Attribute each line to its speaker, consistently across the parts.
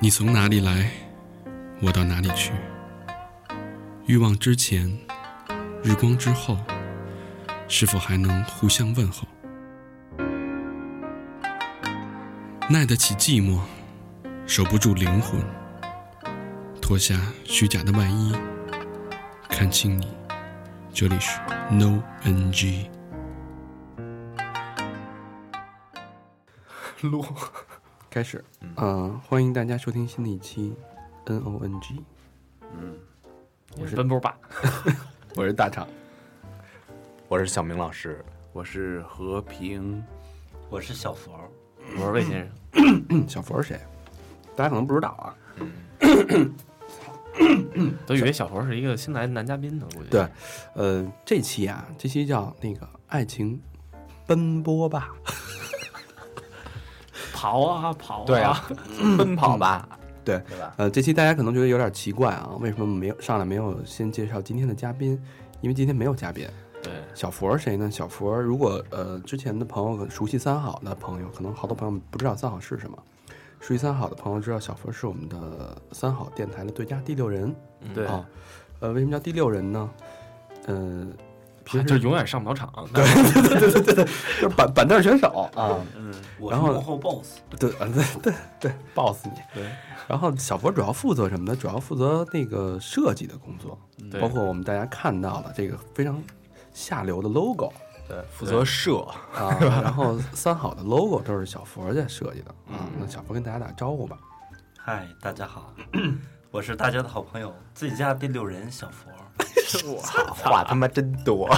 Speaker 1: 你从哪里来，我到哪里去。欲望之前，日光之后，是否还能互相问候？耐得起寂寞，守不住灵魂。脱下虚假的外衣，看清你。这里是 No NG。
Speaker 2: 录，
Speaker 3: 开始，嗯、呃，欢迎大家收听新的一期 N O N G，
Speaker 4: 我是奔波爸，
Speaker 3: 我是大厂，
Speaker 5: 我是小明老师，
Speaker 6: 我是和平，
Speaker 7: 我是小佛，
Speaker 4: 我是魏先生。
Speaker 3: 小佛是谁？大家可能不知道啊。
Speaker 4: 都以为小佛是一个新来的男嘉宾呢，估计
Speaker 3: 对，呃，这期啊，这期叫那个爱情奔波吧，
Speaker 4: 跑啊跑啊，
Speaker 5: 对啊，奔跑吧，
Speaker 3: 嗯对，
Speaker 7: 对吧？
Speaker 3: 呃，这期大家可能觉得有点奇怪啊，为什么没有上来没有先介绍今天的嘉宾？因为今天没有嘉宾。
Speaker 4: 对，
Speaker 3: 小佛是谁呢？小佛，如果呃之前的朋友熟悉三好的朋友，可能好多朋友不知道三好是什么。熟悉三好的朋友知道，小佛是我们的三好电台的最佳第六人。
Speaker 4: 嗯
Speaker 2: 对
Speaker 3: 啊，呃，为什么叫第六人呢？呃，
Speaker 4: 他就永远上不了场。
Speaker 3: 就是板板凳选手啊，
Speaker 7: 嗯，我是
Speaker 3: 然后
Speaker 7: 幕后 boss，
Speaker 3: 对啊对对对，boss 你。
Speaker 4: 对，
Speaker 3: 然后小佛主要负责什么呢？主要负责那个设计的工作，
Speaker 4: 嗯对
Speaker 3: 包括我们大家看到的这个非常下流的 logo
Speaker 5: 负责射，
Speaker 3: 啊，然后三好的 logo 都是小佛在设计的啊。那小佛跟大家打个招呼吧。
Speaker 7: 嗨，大家好，我是大家的好朋友，自己家第六人小佛，
Speaker 5: 话他妈真 多。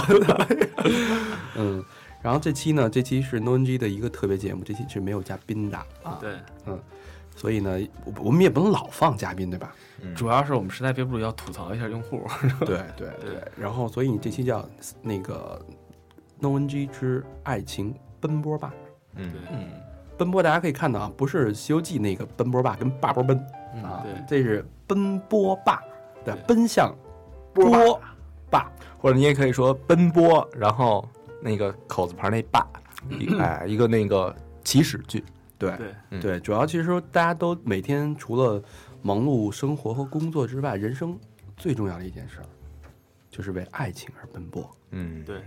Speaker 3: 嗯，然后这期呢，这期是 NoNG 的一个特别节目，这期是没有嘉宾的啊，
Speaker 4: 对，
Speaker 3: 所以呢，我我们也不能老放嘉宾，对吧？
Speaker 4: 主要是我们实在憋不住要吐槽一下用户。
Speaker 3: 对对对，然后所以你这期叫那个 No N G 之爱情奔波吧，
Speaker 5: 嗯，
Speaker 3: 奔波大家可以看到啊，不是《西游记》那个奔波吧，跟霸波奔啊，
Speaker 4: 对
Speaker 3: 这是奔波吧，对，
Speaker 4: 对
Speaker 3: 奔向波霸，
Speaker 5: 或者你也可以说奔波，然后那个口字旁那霸，一哎，一个那个起始句。
Speaker 3: 对
Speaker 4: 对
Speaker 5: 嗯
Speaker 3: 对，主要其实说大家都每天除了忙碌生活和工作之外，人生最重要的一件事儿就是为爱情而奔波。
Speaker 5: 嗯，
Speaker 4: 对，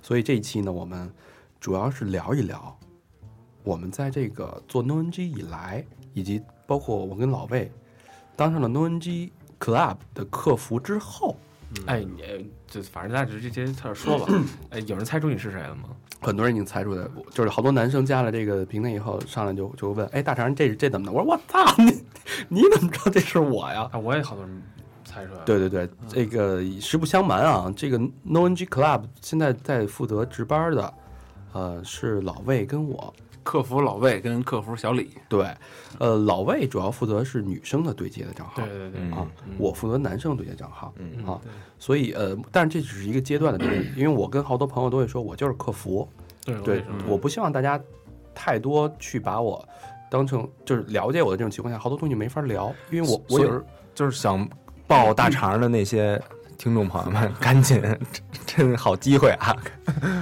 Speaker 3: 所以这一期呢，我们主要是聊一聊我们在这个做 NoNG 以来，以及包括我跟老魏当上了 NoNG Club 的客服之后，
Speaker 4: 哎，你哎就反正咱就这些事儿说 吧。哎，有人猜出你是谁了吗？
Speaker 3: 很多人已经猜出来，我就是好多男生加了这个平台以后，上来就就问：“哎，大肠，这这怎么的？”我说：“我操，你你怎么知道这是我呀
Speaker 4: 啊，我也好多人猜出来了。？”
Speaker 3: 对对对，
Speaker 2: 嗯
Speaker 3: 这个实不相瞒啊，这个 NoNG Club 现在在负责值班的，呃，是老魏跟我，
Speaker 2: 客服老魏跟客服小李，
Speaker 3: 对，呃，老魏主要负责是女生的对接的账号
Speaker 4: 对对对，
Speaker 5: 嗯
Speaker 3: 啊，我负责男生对接账号
Speaker 5: 嗯
Speaker 3: 啊
Speaker 4: 对，
Speaker 3: 所以呃，但是这只是一个阶段的对接，因为我跟好多朋友都会说，我就是客服，
Speaker 4: 对
Speaker 3: 对，我
Speaker 4: 我
Speaker 3: 不希望大家太多去把我当成就是了解我的这种情况下，好多东西没法聊，因为我我
Speaker 5: 所以
Speaker 3: 有时候
Speaker 5: 就是想抱大肠的那些听众朋友们，赶紧，真好机会啊！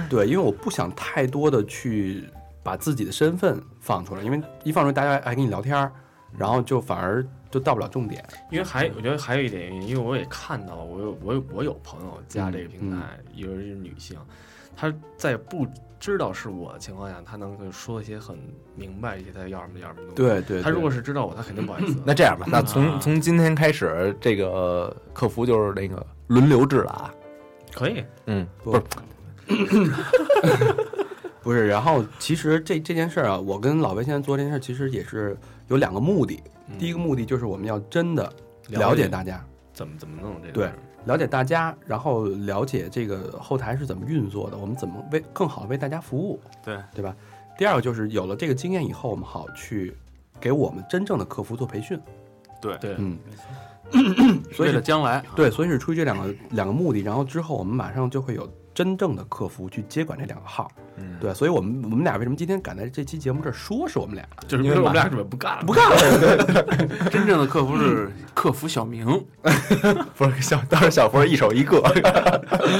Speaker 3: 对，因为我不想太多的去把自己的身份放出来，因为一放出来大家还跟你聊天儿，然后就反而就到不了重点，
Speaker 4: 因为还我觉得还有一点原因，因为我也看到了，我有我有我有朋友加这个平台，有人是女性，她在不知道是我的情况下，她能够说一些很明白一些她要什么要什么东西。
Speaker 3: 对对，
Speaker 4: 她
Speaker 3: 对
Speaker 4: 如果是知道我，她肯定不好意思。
Speaker 5: 嗯那这样吧，那
Speaker 4: 啊
Speaker 5: 从从今天开始，这个客服就是那个轮流制了啊。
Speaker 4: 可以，
Speaker 5: 嗯，
Speaker 3: 不
Speaker 5: 不是，
Speaker 3: 不是，然后其实这这件事儿啊，我跟老魏现在做这件事，其实也是有两个目的。第一个目的就是我们要真的了解大家，
Speaker 4: 怎么怎么弄这个
Speaker 3: 对
Speaker 4: 事儿
Speaker 3: 了解大家，然后了解这个后台是怎么运作的，我们怎么为更好的为大家服务，
Speaker 2: 对
Speaker 3: 对吧？第二个就是有了这个经验以后，我们好去给我们真正的客服做培训。
Speaker 2: 对
Speaker 4: 对
Speaker 3: 嗯，所
Speaker 2: 为
Speaker 3: 以
Speaker 2: 了
Speaker 3: 是
Speaker 2: 将来，
Speaker 3: 对，所以是出于这两个 两个目的，然后之后我们马上就会有真正的客服去接管这两个号。
Speaker 5: 嗯，
Speaker 3: 对，所以我们我们俩为什么今天赶在这期节目这儿说是我们俩？
Speaker 4: 就是因为我们俩准备不干了，不
Speaker 3: 干了。
Speaker 2: 真正的客服是客服小明，
Speaker 5: 不是小，当时小佛一手一个。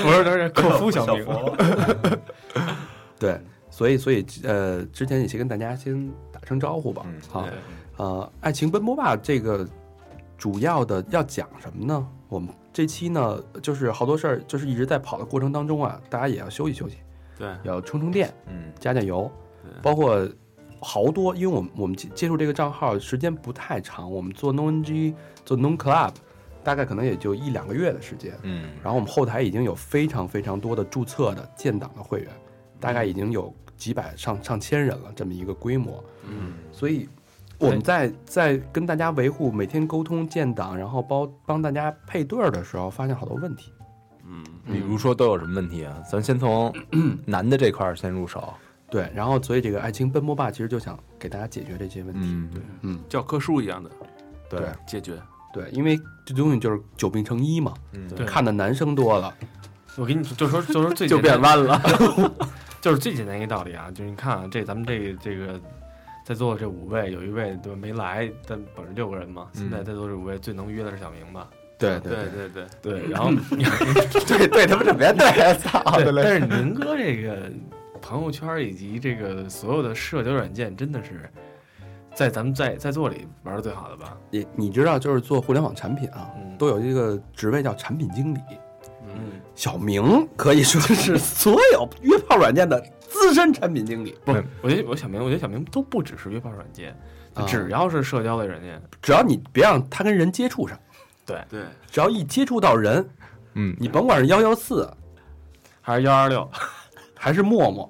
Speaker 4: 不是，不是客服小
Speaker 7: 小
Speaker 4: 明，
Speaker 7: 佛，
Speaker 3: 对，所以所以呃，之前也先跟大家先打声招呼吧
Speaker 5: 嗯。
Speaker 3: 好，呃，《爱情奔波吧》这个主要的要讲什么呢？我们这期呢，就是好多事儿，就是一直在跑的过程当中啊，大家也要休息休息，
Speaker 2: 对，
Speaker 3: 也要充充电，
Speaker 6: 嗯，
Speaker 3: 加加油，包括好多，因为我们我们接接触这个账号时间不太长，我们做 NoNG 做 Non Club，大概可能也就一两个月的时间，
Speaker 6: 嗯，
Speaker 3: 然后我们后台已经有非常非常多的注册的建档的会员，大概已经有几百上上千人了这么一个规模，
Speaker 2: 嗯，
Speaker 3: 所以我们在在跟大家维护每天沟通建档，然后包帮大家配对儿的时候，发现好多问题。
Speaker 5: 比如说都有什么问题啊？咱先从男的这块儿先入手。
Speaker 3: 对，然后所以这个爱情奔波吧其实就想给大家解决这些问题。
Speaker 5: 嗯，
Speaker 2: 教科书一样的
Speaker 5: 对
Speaker 3: 对
Speaker 2: 解决。
Speaker 3: 对，因为这东西就是久病成医嘛，
Speaker 5: 嗯
Speaker 4: 对
Speaker 3: 看的男生多了，
Speaker 4: 我给你就说就说 最
Speaker 2: 就变
Speaker 4: 弯了，就是最简单一个道理啊，就是你看啊，这咱们这这个在座的这五位，有一位对吧没来，但本来六个人嘛，现在在座这五位最能约的是小明吧？
Speaker 3: 对
Speaker 2: 对对对，
Speaker 4: 对，然后
Speaker 5: 对对，他妈什么呀？对，啊操
Speaker 4: 对
Speaker 5: 的嘞！
Speaker 4: 但是宁哥这个朋友圈以及这个所有的社交软件，真的是在咱们在在座里玩的最好的吧？
Speaker 3: 你你知道就是做互联网产品啊，
Speaker 4: 嗯
Speaker 3: 都有一个职位叫产品经理。
Speaker 4: 嗯，
Speaker 3: 小明可以说是所有约炮软件的资深产品经理，
Speaker 4: 不，我觉得我小明，我觉得小明都不只是约炮软件，
Speaker 3: 啊
Speaker 4: 只要是社交类软件，
Speaker 3: 只要你别让他跟人接触上，
Speaker 2: 对，
Speaker 3: 只要一接触到人，
Speaker 5: 嗯，
Speaker 3: 你甭管是幺幺四
Speaker 4: 还是幺二六，
Speaker 3: 还是陌陌，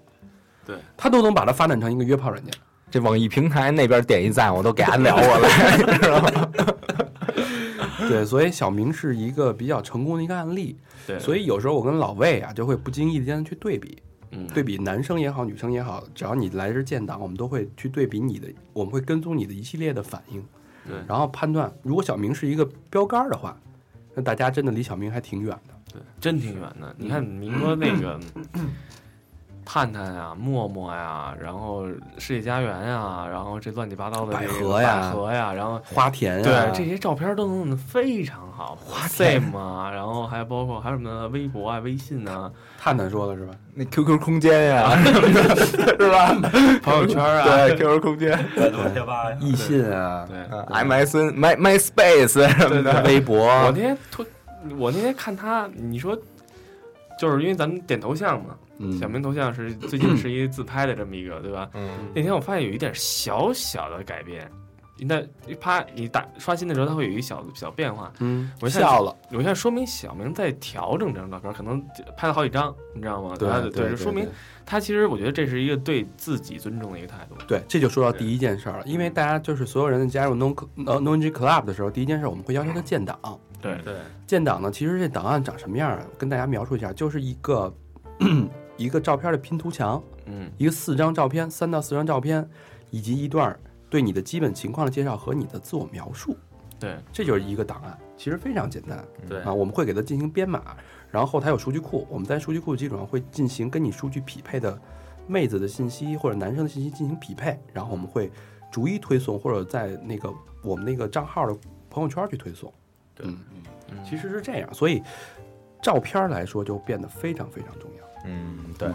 Speaker 2: 对
Speaker 3: 他都能把它发展成一个约炮软件。
Speaker 5: 这网易平台那边点一赞，我都给他聊过了。
Speaker 3: 对，所以小明是一个比较成功的一个案例。
Speaker 4: 对，
Speaker 3: 所
Speaker 4: 以
Speaker 3: 以有时候我跟老魏啊，就会不经意间去对比，
Speaker 4: 嗯，
Speaker 3: 对比男生也好，女生也好，只要你来这建档，我们都会去对比你的，我们会跟踪你的一系列的反应，
Speaker 2: 对
Speaker 3: 然后判断如果小明是一个标杆儿的话，那大家真的离小明还挺远的。
Speaker 4: 真挺远的。
Speaker 3: 嗯
Speaker 4: 你看明哥那个 探探呀、陌陌呀，然后世界佳缘呀，然后这乱七八糟的
Speaker 3: 百
Speaker 4: 这个
Speaker 3: 合呀
Speaker 4: 百合呀，然后
Speaker 3: 花田啊呀、
Speaker 4: 对啊这些照片都弄得非常好，哇塞嘛， 然后还包括还有什么微博啊、微信啊、
Speaker 3: 探探说的是吧？
Speaker 5: 那 QQ 空间 呀，是吧？
Speaker 4: 朋友圈啊，
Speaker 5: 对，QQ 空间、
Speaker 7: 百度贴吧呀，
Speaker 3: 易信啊，
Speaker 4: 对，
Speaker 5: 呃 MSN、My MySpace 什么的，微
Speaker 4: 我
Speaker 5: 博
Speaker 4: 那天突，我那天看他，你说，就是因为咱们点头像嘛，
Speaker 3: 嗯，
Speaker 4: 小明头像是最近是一自拍的这么一个，对吧？
Speaker 5: 嗯，
Speaker 4: 那天我发现有一点小小的改变，那一啪你打刷新的时候，它会有一小小变化。
Speaker 3: 嗯，
Speaker 4: 我现在
Speaker 3: 笑了，
Speaker 4: 我现在说明小明在调整这张照片，可能拍了好几张，你知道吗？
Speaker 3: 对
Speaker 4: 他
Speaker 3: 对
Speaker 4: 就啊说明他其实我觉得这是一个对自己尊重的一个态度。
Speaker 3: 对，这就说到第一件事儿了，因为大家就是所有人加入 No Cl- 呃 No G Club 的时候，第一件事儿我们会要求他建档，
Speaker 4: 对
Speaker 2: 对
Speaker 3: 建档呢，其实这档案长什么样儿啊？跟大家描述一下，就是一个 一个照片的拼图墙，
Speaker 4: 嗯
Speaker 3: 一个四张照片，三到四张照片，以及一段儿对你的基本情况的介绍和你的自我描述，
Speaker 4: 对，
Speaker 3: 这就是一个档案，其实非常简单
Speaker 2: 对
Speaker 3: 啊。我们会给它进行编码，然后后台有数据库，我们在数据库的基础上会进行跟你数据匹配的妹子的信息或者男生的信息进行匹配，然后我们会逐一推送或者在那个我们那个账号的朋友圈去推送。
Speaker 6: 对
Speaker 3: 嗯
Speaker 4: 嗯
Speaker 3: 其实是这样，所以照片儿来说就变得非常非常重要。
Speaker 5: 嗯，对。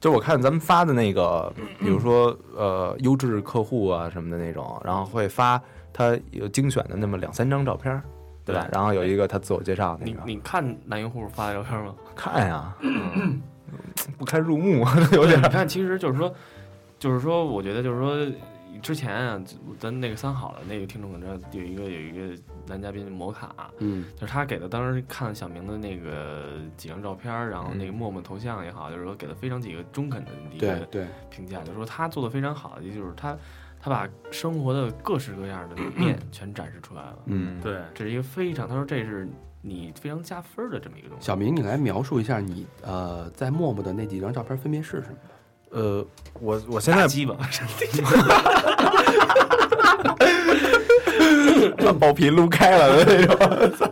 Speaker 5: 就我看咱们发的那个，比如说呃优质客户啊什么的那种，然后会发他有精选的那么两三张照片儿，对吧？
Speaker 4: 对
Speaker 5: 然后有一个他自我介绍那
Speaker 4: 你
Speaker 5: 个，
Speaker 4: 你看男用户发的照片吗？
Speaker 5: 看呀，嗯不堪入目， 有点
Speaker 4: 你看，其实就是说，就是说，我觉得就是说，之前啊，咱那个三好的那个听众可能知道有一个有一个男嘉宾摩卡，
Speaker 3: 嗯，
Speaker 4: 就是他给的，当时看小明的那个几张照片儿，然后
Speaker 5: 嗯
Speaker 4: 那个陌陌头像也好，就是说给了非常几个中肯的一
Speaker 3: 对
Speaker 4: 个
Speaker 3: 对，
Speaker 4: 评价，就是说他做的非常好的，也就是他他把生活的各式各 样的面全展示出来了，
Speaker 3: 嗯，
Speaker 2: 对，
Speaker 4: 这是一个非常，他说这是你非常加分儿的这么一个东西。
Speaker 3: 小明，你来描述一下你呃在陌陌的那几张照片分别是什么？
Speaker 5: 呃，我我现
Speaker 4: 大
Speaker 5: 在
Speaker 4: 鸡巴，
Speaker 5: 把包皮撸开了的那种。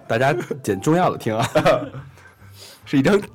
Speaker 3: 大家捡重要的听啊。
Speaker 5: 是一张。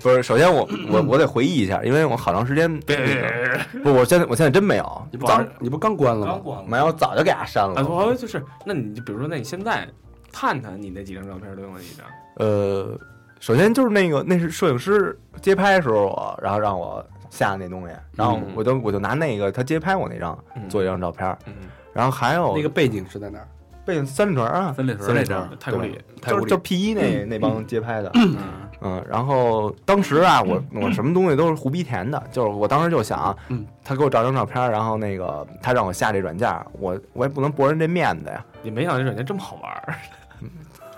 Speaker 5: 不是，首先我我我得回忆一下，因为我好长时间
Speaker 4: 别别别别别！
Speaker 5: 不，我现在我现在真没有，
Speaker 3: 你不刚你不刚关了
Speaker 7: 刚
Speaker 3: 吗？
Speaker 7: 关
Speaker 5: 没有，早就给它删
Speaker 4: 啊，
Speaker 5: 了。
Speaker 4: 我就是，那你就比如说，那你现在探探你那几张照片都用了几张？
Speaker 5: 呃，首先就是那个那是摄影师街拍时候我，然后让我下的那东西，然后
Speaker 4: 嗯
Speaker 5: 我就我就拿那个他街拍我那张
Speaker 4: 嗯
Speaker 5: 做一张照片儿，
Speaker 4: 嗯，
Speaker 5: 然后还有
Speaker 3: 那个背景是在哪儿？
Speaker 5: 背景三里屯儿啊，
Speaker 2: 三里屯儿
Speaker 5: 三
Speaker 2: 那
Speaker 5: 里屯
Speaker 2: 张
Speaker 5: 儿，
Speaker 4: 太古里，
Speaker 5: 对就是就是 P 一那那帮街拍的，
Speaker 2: 嗯
Speaker 5: 嗯，然后当时啊，我我什么东西都是胡逼填的，就是我当时就想，
Speaker 3: 嗯，
Speaker 5: 他给我照张照片儿，然后那个他让我下这软件儿，我我也不能驳人这面子呀，
Speaker 4: 也没想到这软件这么好玩儿。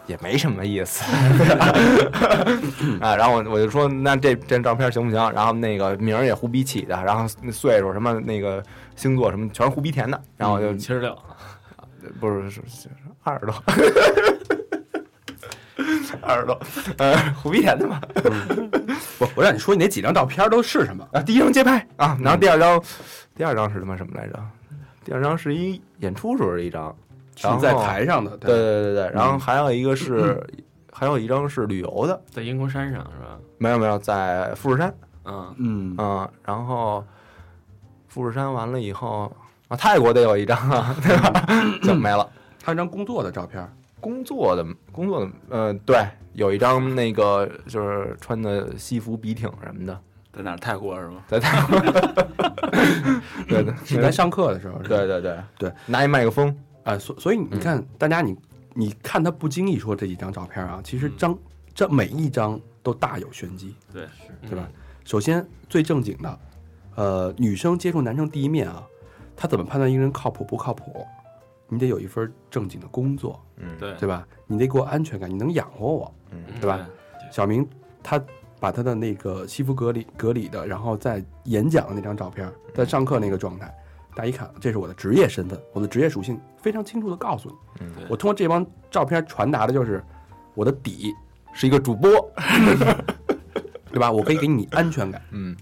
Speaker 5: 也没什么意思 啊。然后我我就说，那这这张照片行不行？然后那个名儿也胡逼起的，然后岁数什么那个星座什么全是胡逼填的，然后我就、
Speaker 4: 七十六，
Speaker 5: 不是是是二十多。二十多，呃，胡逼填的嘛。
Speaker 3: 我我让你说你那几张照片都是什么？
Speaker 5: 啊，第一张街拍啊，然后第二张，第二张是他妈什么来着？第二张是一演出时候的一张，
Speaker 3: 是
Speaker 5: 然后
Speaker 3: 在台上的，
Speaker 5: 对，对对对，然后还有一个是，还有一张是旅游的，
Speaker 4: 在英国山上是吧？
Speaker 5: 没有没有，在富士山，
Speaker 4: 嗯，
Speaker 6: 嗯，
Speaker 5: 嗯，然后富士山完了以后啊，泰国得有一张啊，对吧？就没了。
Speaker 3: 还有一张工作的照片，
Speaker 5: 工作的工作的，呃，对，有一张那个就是穿的西服笔挺什么 的，
Speaker 6: 在哪儿？泰国是吗？
Speaker 5: 在泰国，对对
Speaker 3: 是咱上课的时候，是吧
Speaker 5: 对嗯对对
Speaker 3: 对，
Speaker 5: 拿一麦克风，
Speaker 3: 啊，所所以你看，大家你你看他不经意说这几张照片啊，其
Speaker 5: 嗯
Speaker 3: 实张这每一张都大有玄机，
Speaker 2: 对
Speaker 3: 对吧？
Speaker 2: 嗯
Speaker 3: 首先最正经的，呃，女生接触男生第一面啊，她怎么判断一个人靠谱不靠谱？你得有一份正经的工作，
Speaker 5: 嗯，
Speaker 2: 对
Speaker 3: 对吧？你得给我安全感，你能养活我。
Speaker 5: 嗯
Speaker 2: 嗯
Speaker 3: 对吧？小明他把他的那个西服革履革履的，然后在演讲的那张照片，
Speaker 2: 嗯
Speaker 3: 在上课那个状态，大家一看，这是我的职业身份，我的职业属性非常清楚的告诉你。
Speaker 5: 嗯
Speaker 2: 对
Speaker 3: 我通过这帮照片传达的就是我的底，
Speaker 5: 是一个主播，
Speaker 3: 对吧？我可以给你安全感。
Speaker 5: 嗯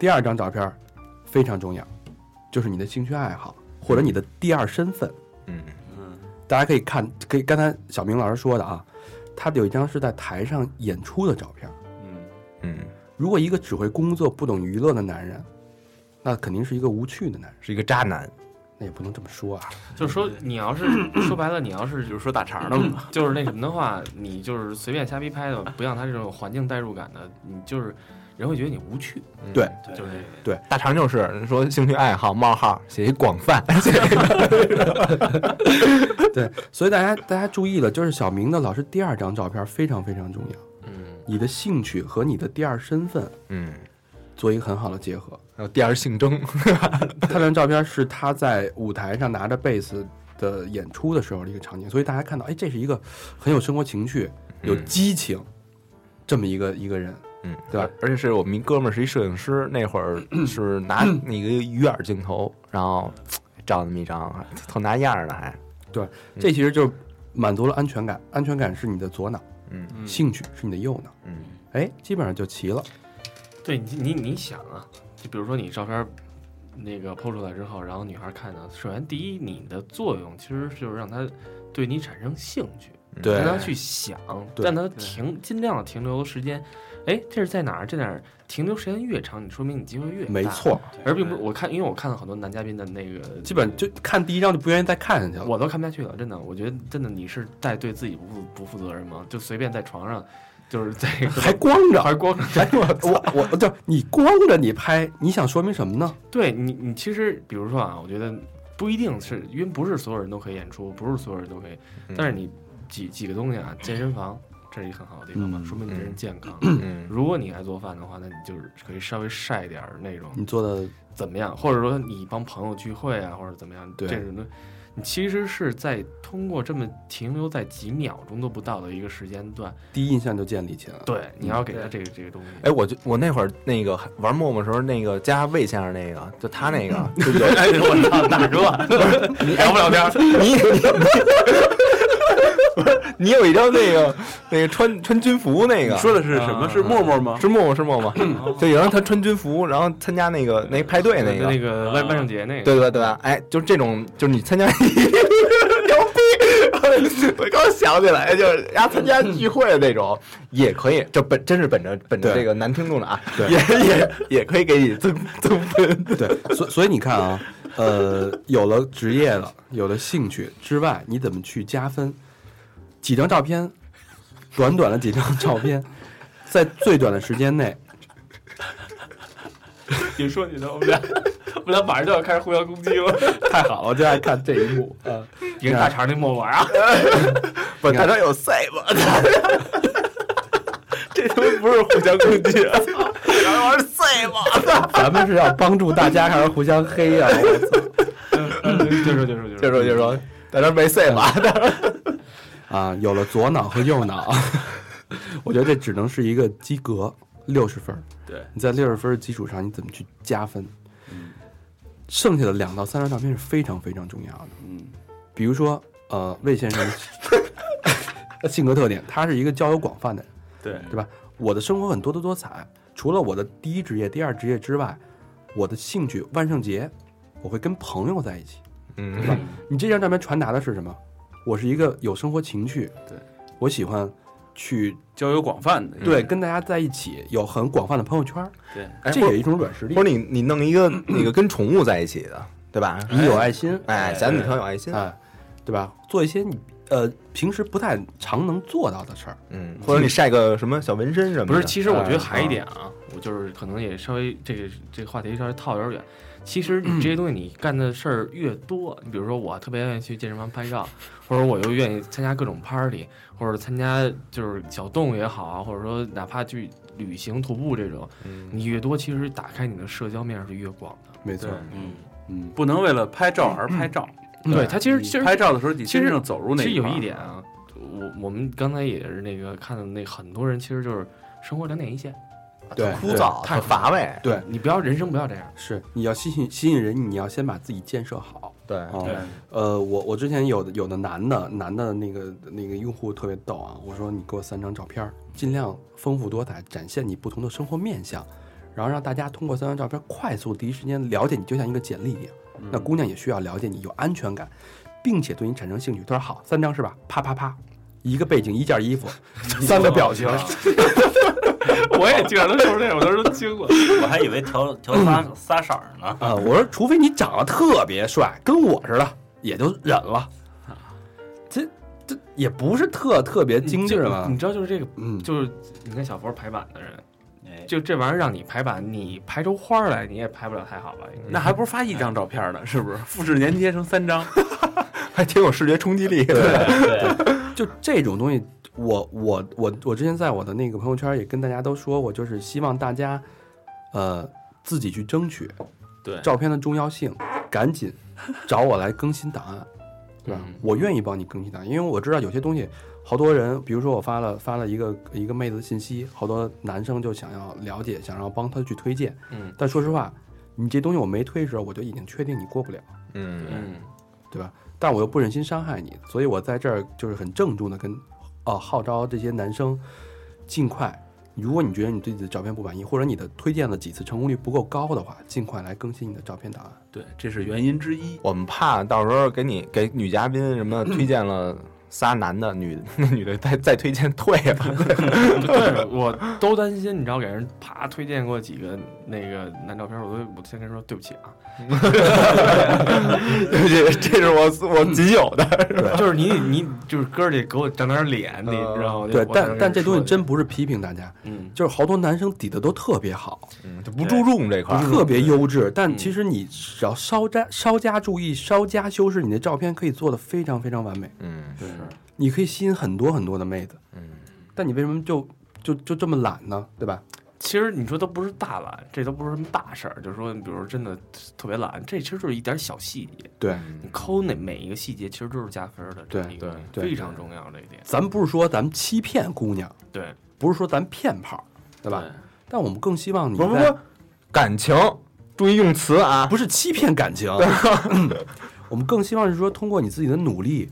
Speaker 3: 第二张照片非常重要，就是你的兴趣爱好或者你的第二身份。
Speaker 5: 嗯
Speaker 3: 大家可以看，可以刚才小明老师说的啊，他有一张是在台上演出的照片。
Speaker 2: 嗯
Speaker 5: 嗯，
Speaker 3: 如果一个只会工作不懂娱乐的男人，那肯定是一个无趣的男人。
Speaker 5: 是一个渣男，
Speaker 3: 那也不能这么说啊。
Speaker 4: 就是说，你要是说白了，你要是嗯
Speaker 6: 就是说大肠的嘛。
Speaker 4: 就是那什么的话，你就是随便瞎逼拍的，不像他这种环境代入感的，你就是人会觉得你无趣，
Speaker 3: 对
Speaker 4: 就是这个。
Speaker 5: 大肠就是说兴趣爱好冒号写一广 泛，
Speaker 3: 对，所以大家大家注意了，就是小明的老师第二张照片非常非常重要，
Speaker 4: 嗯，
Speaker 3: 你的兴趣和你的第二身份
Speaker 5: 嗯，
Speaker 3: 做一个很好的结合。
Speaker 5: 然后第二是性征，
Speaker 3: 他那张照片是他在舞台上拿着贝斯的演出的时候的一个场景，所以大家看到，哎，这是一个很有生活情趣、有
Speaker 5: 嗯
Speaker 3: 激情、这么一个一个人。
Speaker 5: 嗯，
Speaker 3: 对吧？
Speaker 5: 而且是我们一哥们儿是一摄影师，那会儿是拿那个鱼眼镜头，然后照那么一张，特拿样儿呢还，
Speaker 3: 这其实就是满足了安全感，安全感是你的左脑，
Speaker 5: 嗯
Speaker 2: 嗯
Speaker 3: 兴趣是你的右脑，
Speaker 5: 嗯
Speaker 3: 哎，基本上就齐了。
Speaker 4: 对你你你想啊，就比如说你照片儿那个抛出来之后，然后女孩看到，首先第一，你的作用其实就是让她对你产生兴趣，
Speaker 3: 对
Speaker 5: 嗯
Speaker 4: 让她去想，
Speaker 3: 对
Speaker 4: 让她停尽量的停留时间。哎，这是在哪儿？这哪儿？停留时间越长，你说明你机会越大。
Speaker 3: 没，错，
Speaker 4: 而并不是我看，因为我看了很多男嘉宾的那个，
Speaker 3: 基本就看第一张就不愿意再看下去了。
Speaker 4: 我都看不下去了，真的，我觉得真的你是在对自己不负不负责任吗？就随便在床上，就是在
Speaker 3: 还光着，
Speaker 4: 还光
Speaker 3: 哎，我我我就你光着你拍，你想说明什么呢？
Speaker 4: 对你你其实比如说啊，我觉得不一定是因为不是所有人都可以演出，不是所有人都可以，但是你几几个东西啊，健身房这是一个很好的地方嘛，
Speaker 3: 嗯
Speaker 4: 说明你这人
Speaker 5: 嗯
Speaker 4: 健康。
Speaker 5: 嗯
Speaker 4: 如果你爱做饭的话，那你就是可以稍微晒点儿那种
Speaker 3: 你做的
Speaker 4: 怎么样，或者说你帮朋友聚会啊，或者怎么样，
Speaker 3: 对
Speaker 4: 这种东西，你其实是在通过这么停留在几秒钟都不到的一个时间段，
Speaker 3: 第一印象就建立起来了。
Speaker 4: 对，你要给他这个这个东西。
Speaker 5: 哎，我就我那会儿那个玩陌陌时候，那个加魏先生那个，就他那 个，就有哎，我操，大哥，你聊不聊天？你你
Speaker 3: 啊
Speaker 5: 你，不是 你有一张那个那个穿穿军服那个，
Speaker 6: 说的是什么？是沫沫吗？
Speaker 5: 是陌陌是陌陌，就有人他穿军服，然后参加那个那派对那
Speaker 4: 那
Speaker 5: 个，
Speaker 4: 那个万万圣节那个，
Speaker 5: 对对吧对吧？哎，就这种，就是你参加。 牛逼！ 我刚想起来，就是人家参加聚会的那种，也可以，就本真是本着本着
Speaker 3: 对
Speaker 5: 这个男听众的啊，
Speaker 3: 对
Speaker 5: 也也也可以给你增增 分。
Speaker 3: 对，所所以你看啊，呃，有了职业了，有了兴趣之外，你怎么去加分？几张照片短短的几张照片，在最短的时间内，
Speaker 4: 你说你的，我们俩，我们俩马上就要开始互相攻击了。
Speaker 3: 太好了，我就爱看这一幕。
Speaker 4: 你跟大肠那木偶玩啊？
Speaker 5: 不，
Speaker 3: 你看
Speaker 5: 大家有 C 吧？这他妈不是互相攻击，啊玩 C 吧？
Speaker 3: 咱们是要帮助大家，还是互相黑
Speaker 5: 啊
Speaker 3: 呀、我操
Speaker 4: 接着接着接
Speaker 5: 接着接着说，大家没 C 吧？
Speaker 3: 啊，有了左脑和右脑，我觉得这只能是一个及格，六十分儿。
Speaker 2: 对
Speaker 3: 你在六十分儿的基础上，你怎么去加分？剩下的两到三张照片是非常非常重要的。嗯，比如说，呃，魏先生 性格特点，他是一个交友广泛的人。
Speaker 2: 对
Speaker 3: 对吧？我的生活很多姿多彩，除了我的第一职业、第二职业之外，我的兴趣万圣节，我会跟朋友在一起。
Speaker 5: 嗯，
Speaker 3: 你这张照片传达的是什么？我是一个有生活情趣，
Speaker 2: 对嗯
Speaker 3: 我喜欢去
Speaker 2: 交友广泛的，
Speaker 3: 对跟大家在一起，有很广泛的朋友圈，
Speaker 2: 对，
Speaker 5: 哎
Speaker 3: 这也是一种软实力
Speaker 5: 不。是你你弄一个那个跟宠物在一起的，对吧？
Speaker 3: 你有爱心，
Speaker 5: 哎，咱女朋友有爱心，
Speaker 3: 哎，对吧？做一些你呃平时不太常能做到的事儿。
Speaker 5: 嗯，或者你晒个什么小纹身什么的，嗯
Speaker 4: 不是，其实我觉得还一点啊，我就是可能也稍微这个这个话题稍微套有点远。其实你这些东西你干的事儿越多，你比如说我特别愿意去健身房拍照，或者我又愿意参加各种 party，或者参加就是小动物也好啊，或者说哪怕去旅行徒步这种，
Speaker 5: 嗯
Speaker 4: 你越多，其实打开你的社交面是越广的。
Speaker 3: 没错
Speaker 2: 对，
Speaker 7: 嗯，
Speaker 3: 嗯，
Speaker 2: 不能为了拍照而拍照。
Speaker 4: 对，它其实
Speaker 2: 你
Speaker 4: 嗯其实
Speaker 2: 拍照的时候得
Speaker 4: 其
Speaker 2: 真
Speaker 4: 实
Speaker 2: 正走入那
Speaker 4: 其实有
Speaker 2: 块儿
Speaker 4: 一点啊，我我们刚才也是那个看到那很多人其实就是生活两点一线，
Speaker 3: 对，
Speaker 5: 枯燥，
Speaker 4: 太
Speaker 5: 太乏味，
Speaker 3: 对，
Speaker 4: 你不要人生不要这样。
Speaker 3: 是你要吸引吸引人，你要先把自己建设好。
Speaker 5: 对，
Speaker 3: 啊、呃，我我之前有的有的男的男的那个那个用户特别逗啊，我说你给我三张照片儿，尽量丰富多彩，展现你不同的生活面相，然后让大家通过三张照片快速第一时间了解你，就像一个简历一样。那姑娘也需要了解你，有安全感，并且对你产生兴趣。他说好，三张是吧？啪啪啪，一个背景，一件衣服，三个表情，
Speaker 4: 我也经常都就是这样，我当时都惊了。
Speaker 7: 我还以为调调仨仨色儿呢。
Speaker 3: 啊、我说除非你长得特别帅，跟我似的，也就忍了。
Speaker 2: 啊
Speaker 3: 这这也不是特特别
Speaker 2: 嗯
Speaker 3: 精致
Speaker 4: 就
Speaker 3: 嘛
Speaker 4: 你，知道就是这个，
Speaker 3: 嗯，
Speaker 4: 就是你看小佛排版的人，
Speaker 7: 哎，
Speaker 4: 就这玩意儿让你排版，你排出花儿来，你也排不了太好吧？应该
Speaker 2: 那还不如发一张照片呢，是不是？复制粘贴成三张，
Speaker 5: 还挺有视觉冲击力的。
Speaker 7: 对，
Speaker 3: 就这种东西，我我我我之前在我的那个朋友圈也跟大家都说过，就是希望大家，呃，自己去争取
Speaker 2: 对
Speaker 3: 照片的重要性，赶紧找我来更新档案，对吧？我愿意帮你更新档案，因为我知道有些东西，好多人，比如说我发了发了一个一个妹子的信息，好多男生就想要了解，想要帮她去推荐，
Speaker 4: 嗯，
Speaker 3: 但说实话，你这东西我没推的时候，我就已经确定你过不了。
Speaker 5: 嗯，
Speaker 4: 嗯，
Speaker 3: 对吧？但我又不忍心伤害你，所以我在这儿就是很郑重的跟，呃，号召这些男生，尽快，如果你觉得你对自己的照片不满意，或者你的推荐的几次成功率不够高的话，尽快来更新你的照片档案。
Speaker 2: 对，这是原因之一。
Speaker 5: 我们怕到时候给你给女嘉宾什么推荐了仨男的，女 那女的再再推荐退了。
Speaker 4: 对，我都担心，你知道，给人啪推荐过几个那个男照片，我都我先跟人说对不起啊，
Speaker 5: 这这是我我仅有的。
Speaker 4: 就是你你就是哥儿得给我长点脸，你
Speaker 5: 呃
Speaker 4: 知道吗？
Speaker 3: 对，
Speaker 4: 我才
Speaker 3: 但
Speaker 4: 能
Speaker 3: 但
Speaker 4: 跟
Speaker 3: 这
Speaker 4: 人
Speaker 3: 东西
Speaker 4: 说
Speaker 3: 真不是批评大家，
Speaker 4: 嗯，
Speaker 3: 就是好多男生底子都特别好，
Speaker 5: 嗯，就不注重这块儿，
Speaker 3: 特别优质，但其实你只要稍加稍加注意，稍加修饰，你的照片可以做的非常非常完美，
Speaker 5: 嗯，
Speaker 3: 你可以吸引很多很多的妹子。
Speaker 5: 嗯，
Speaker 3: 但你为什么就就就这么懒呢？对吧？
Speaker 4: 其实你说都不是大懒，这都不是什么大事儿，就是说，比如说真的特别懒，这其实就是一点小细节，
Speaker 3: 对。
Speaker 4: 你抠那每一个细节，其实都是加分儿的，
Speaker 3: 对
Speaker 4: 这一个
Speaker 3: 对
Speaker 4: 非常重要这一点，
Speaker 3: 咱不是说咱们欺骗姑娘，
Speaker 4: 对，
Speaker 3: 不是说咱骗炮，对吧？但我们更希望你
Speaker 5: 不不
Speaker 3: 在
Speaker 5: 不，感情注意用词啊。
Speaker 3: 不是欺骗感情， 我们更希望是说通过你自己的努力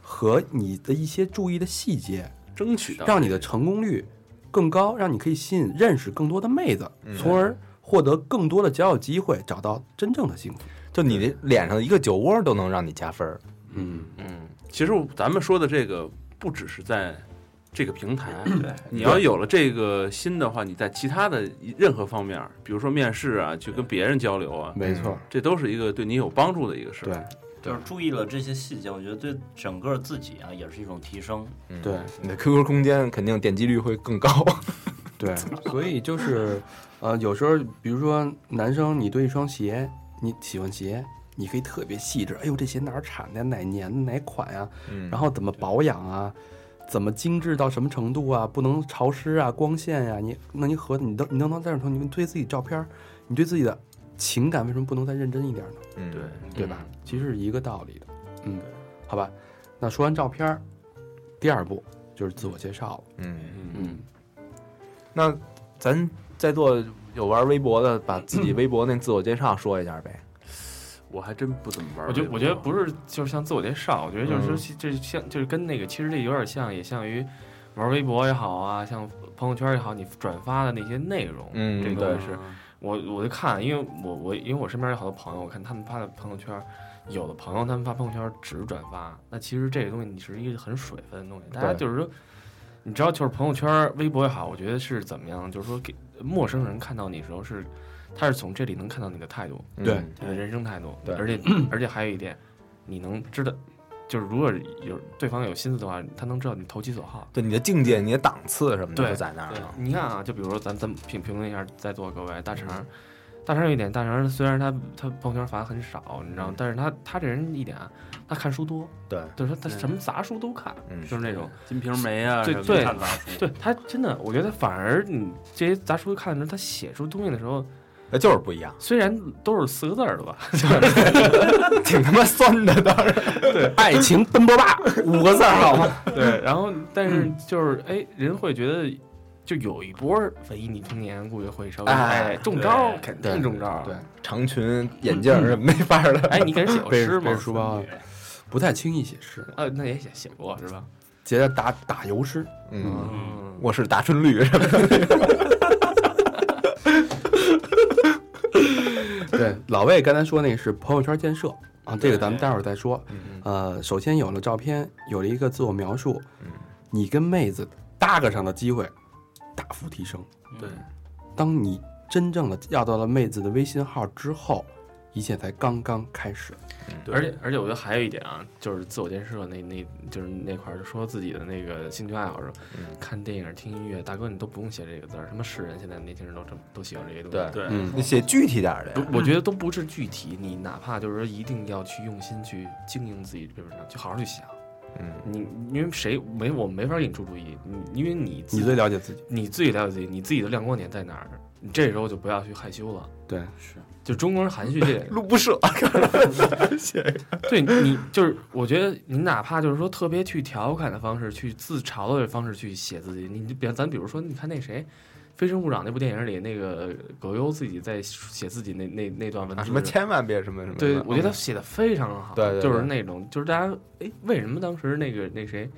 Speaker 3: 和你的一些注意的细节，
Speaker 2: 争取到
Speaker 3: 让你的成功率更高，让你可以吸引认识更多的妹子，从而获得更多的交友机会，找到真正的幸福。
Speaker 5: 就你的脸上一个酒窝都能让你加分儿。
Speaker 3: 嗯，
Speaker 4: 嗯，
Speaker 2: 其实咱们说的这个不只是在这个平台，对，你要有了这个心的话，你在其他的任何方面，比如说面试啊，去跟别人交流啊，
Speaker 3: 没错，
Speaker 2: 这都是一个对你有帮助的一个事儿。
Speaker 3: 对。对
Speaker 7: 就是注意了这些细节，我觉得对整个自己啊也是一种提升。
Speaker 5: 嗯
Speaker 3: 对
Speaker 5: 你的 QQ 空间肯定点击率会更高。
Speaker 3: 对，所以就是，呃，有时候比如说男生你对一双鞋，你喜欢鞋，你可以特别细致，哎呦这鞋哪儿产的呀，哪年的哪款呀、
Speaker 5: 嗯
Speaker 3: 然后怎么保养啊，怎么精致到什么程度啊，不能潮湿啊，光线呀、你那你和你都你都能在这头，你对自己照片儿，你对自己的情感为什么不能再认真一点呢？
Speaker 5: 嗯
Speaker 2: 对，
Speaker 3: 对吧？其实是一个道理的，嗯，好吧。那说完照片儿，第二步就是自我介绍了，
Speaker 5: 嗯，
Speaker 3: 嗯，
Speaker 5: 那咱在座有玩微博的，把自己微博那自我介绍说一下呗。
Speaker 2: 我还真不怎么玩
Speaker 4: 我
Speaker 2: 微
Speaker 4: 觉
Speaker 2: 博。
Speaker 4: 得我觉得不是，就是像自我介绍，我觉得就是说，
Speaker 3: 嗯
Speaker 4: 这这像就是跟那个，其实这有点像，也像于玩微博也好啊，像朋友圈也好，你转发的那些内容，
Speaker 5: 嗯
Speaker 4: 这
Speaker 5: 对
Speaker 4: 个是我我就看，因为我我因为我身边有好多朋友，我看他们发的朋友圈，有的朋友他们发朋友圈只转发，那其实这个东西你是一个很水分的东西，大家
Speaker 3: 对
Speaker 4: 就是说，你知道就是朋友圈、微博也好，我觉得是怎么样，就是说给陌生人看到你的时候是，他是从这里能看到你的态度，
Speaker 3: 对
Speaker 5: 嗯
Speaker 4: 你的人生态度，
Speaker 5: 对
Speaker 4: 而且而且还有一点，你能知道，就是如果有对方有心思的话，他能知道你投其所好。
Speaker 5: 对，你的境界、你的档次什么的
Speaker 4: 对
Speaker 5: 就在那儿了。
Speaker 4: 你看啊，就比如说咱咱们评评论一下在座各位，大肠，大肠有一点，大肠虽然他他朋友圈发的很少，你
Speaker 3: 嗯
Speaker 4: 知道吗，但是他他这人一点啊，他看书多，
Speaker 5: 对，
Speaker 4: 就是
Speaker 3: 嗯
Speaker 4: 他他什么杂书都看，
Speaker 5: 嗯
Speaker 4: 就是那种，
Speaker 2: 《金瓶梅》啊，
Speaker 4: 对
Speaker 2: 什么
Speaker 4: 对
Speaker 2: 看法
Speaker 4: 对他真的，我觉得反而你这些杂书看的时候，他写出东西的时候，
Speaker 5: 那哎就是不一样，
Speaker 4: 虽然都是四个字儿的 吧，
Speaker 5: 挺他妈酸的，当 然。
Speaker 3: 爱情奔波 吧五个字儿好吗？
Speaker 4: 对，然后但是
Speaker 3: 嗯
Speaker 4: 就是哎，人会觉得就有一波文艺女青年估计会稍微
Speaker 5: 哎
Speaker 4: 哎中招儿，
Speaker 7: 对
Speaker 4: 肯定中招儿。
Speaker 3: 对
Speaker 5: 长裙、眼镜儿什么没法儿了。
Speaker 4: 哎，你给人写过
Speaker 3: 背
Speaker 4: 诗
Speaker 3: 着背
Speaker 4: 吗
Speaker 3: 着？书包，啊不太轻易写诗，
Speaker 4: 呃，那也写写过是吧？
Speaker 3: 写的打打油诗。
Speaker 5: 嗯，
Speaker 4: 嗯，
Speaker 5: 我是大春绿什么的。
Speaker 3: 对，老魏刚才说那个是朋友圈建设啊，这个咱们待会儿再说。呃，首先有了照片，有了一个自我描述，你跟妹子搭个上的机会大幅提升。
Speaker 2: 对，
Speaker 3: 当你真正的要到了妹子的微信号之后，一切才刚刚开始。
Speaker 4: 而且而且我觉得还有一点啊，就是自我建设那那就是那块儿就说自己的那个兴趣爱好是吧
Speaker 5: 嗯
Speaker 4: 看电影、听音乐，大哥你都不用写这个字儿，什么诗人现在年轻人都这么都喜欢这些东西。
Speaker 5: 对
Speaker 2: 对
Speaker 3: 嗯
Speaker 5: 你写具体点儿的呀。
Speaker 4: 不，我觉得都不是具体，你哪怕就是说一定要去用心去经营自己这份上，就好好去想。
Speaker 5: 嗯
Speaker 4: 你因为谁没我没法给你出主意，你因为你自
Speaker 3: 你最了解自己，
Speaker 4: 你自己了解自己，你自己的亮光点在哪儿，你这时候就不要去害羞了。
Speaker 3: 对，
Speaker 4: 就中国人含蓄这点，
Speaker 5: 路不舍，
Speaker 4: 对你就是，我觉得你哪怕就是说特别去调侃的方式，去自嘲的方式去写自己，你就比方咱比如说，你看那谁。《非诚勿扰》那部电影里，那个葛优自己在写自己那那那段文字，
Speaker 5: 啊 什么千万别什么什么。嗯
Speaker 4: 对，我觉得他写的非常好，
Speaker 5: 对对对
Speaker 4: 就是那种，就是大家，哎，为什么当时那个那谁，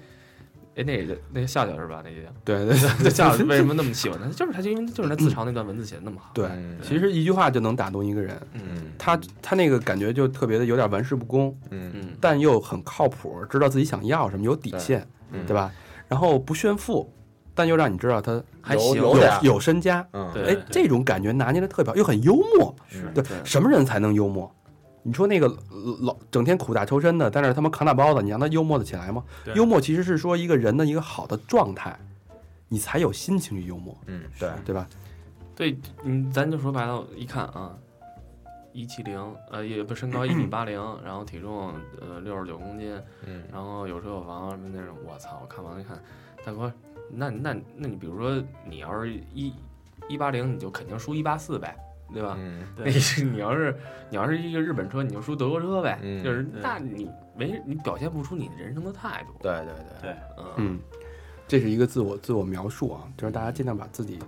Speaker 4: 哎，那个那个笑笑是吧？那 个
Speaker 3: 对对对
Speaker 4: 叫笑笑为什么那么喜欢他？就是他，就因为就是他自嘲那段文字写的那么好。
Speaker 3: 对，
Speaker 5: 嗯
Speaker 3: 其实一句话就能打动一个人。
Speaker 5: 嗯
Speaker 3: 他他那个感觉就特别的有点玩世不恭，
Speaker 5: 嗯
Speaker 4: 嗯，
Speaker 3: 但又很靠谱，知道自己想要什么，有底线，
Speaker 5: 嗯
Speaker 3: 对吧？然后不炫富，但又让你知道他
Speaker 4: 还
Speaker 5: 有
Speaker 4: 行，
Speaker 5: 有
Speaker 3: 有
Speaker 5: 点儿
Speaker 3: 有身家。
Speaker 5: 嗯
Speaker 4: 对
Speaker 3: 哎，这种感觉拿捏的特别好，又很幽默。
Speaker 5: 是
Speaker 3: 对，什么人才能幽默？你说那个呃老整天苦大仇深的，在那儿他妈扛大包的，你让他幽默的起来吗？
Speaker 2: 对
Speaker 3: 幽默其实是说一个人的一个好的状态，你才有心情去幽默，
Speaker 5: 嗯对
Speaker 3: 对吧？
Speaker 4: 对，嗯，咱就说白了，一看啊，一七零，呃，也不身高一米八零，然后体重呃六十九公斤，
Speaker 5: 嗯
Speaker 4: 然后有车有房什么那种，我操！我看完一看，大哥，那那那你比如说你要是一一八零，你就肯定输一八四呗，对吧？
Speaker 5: 嗯
Speaker 4: 那你要是你要是一个日本车，你就输德国车呗，
Speaker 5: 嗯
Speaker 4: 就是
Speaker 2: 对
Speaker 4: 那你没你表现不出你人生的态度，
Speaker 5: 对对对。
Speaker 4: 嗯，
Speaker 3: 嗯，这是一个自我自我描述啊，就是大家尽量把自己，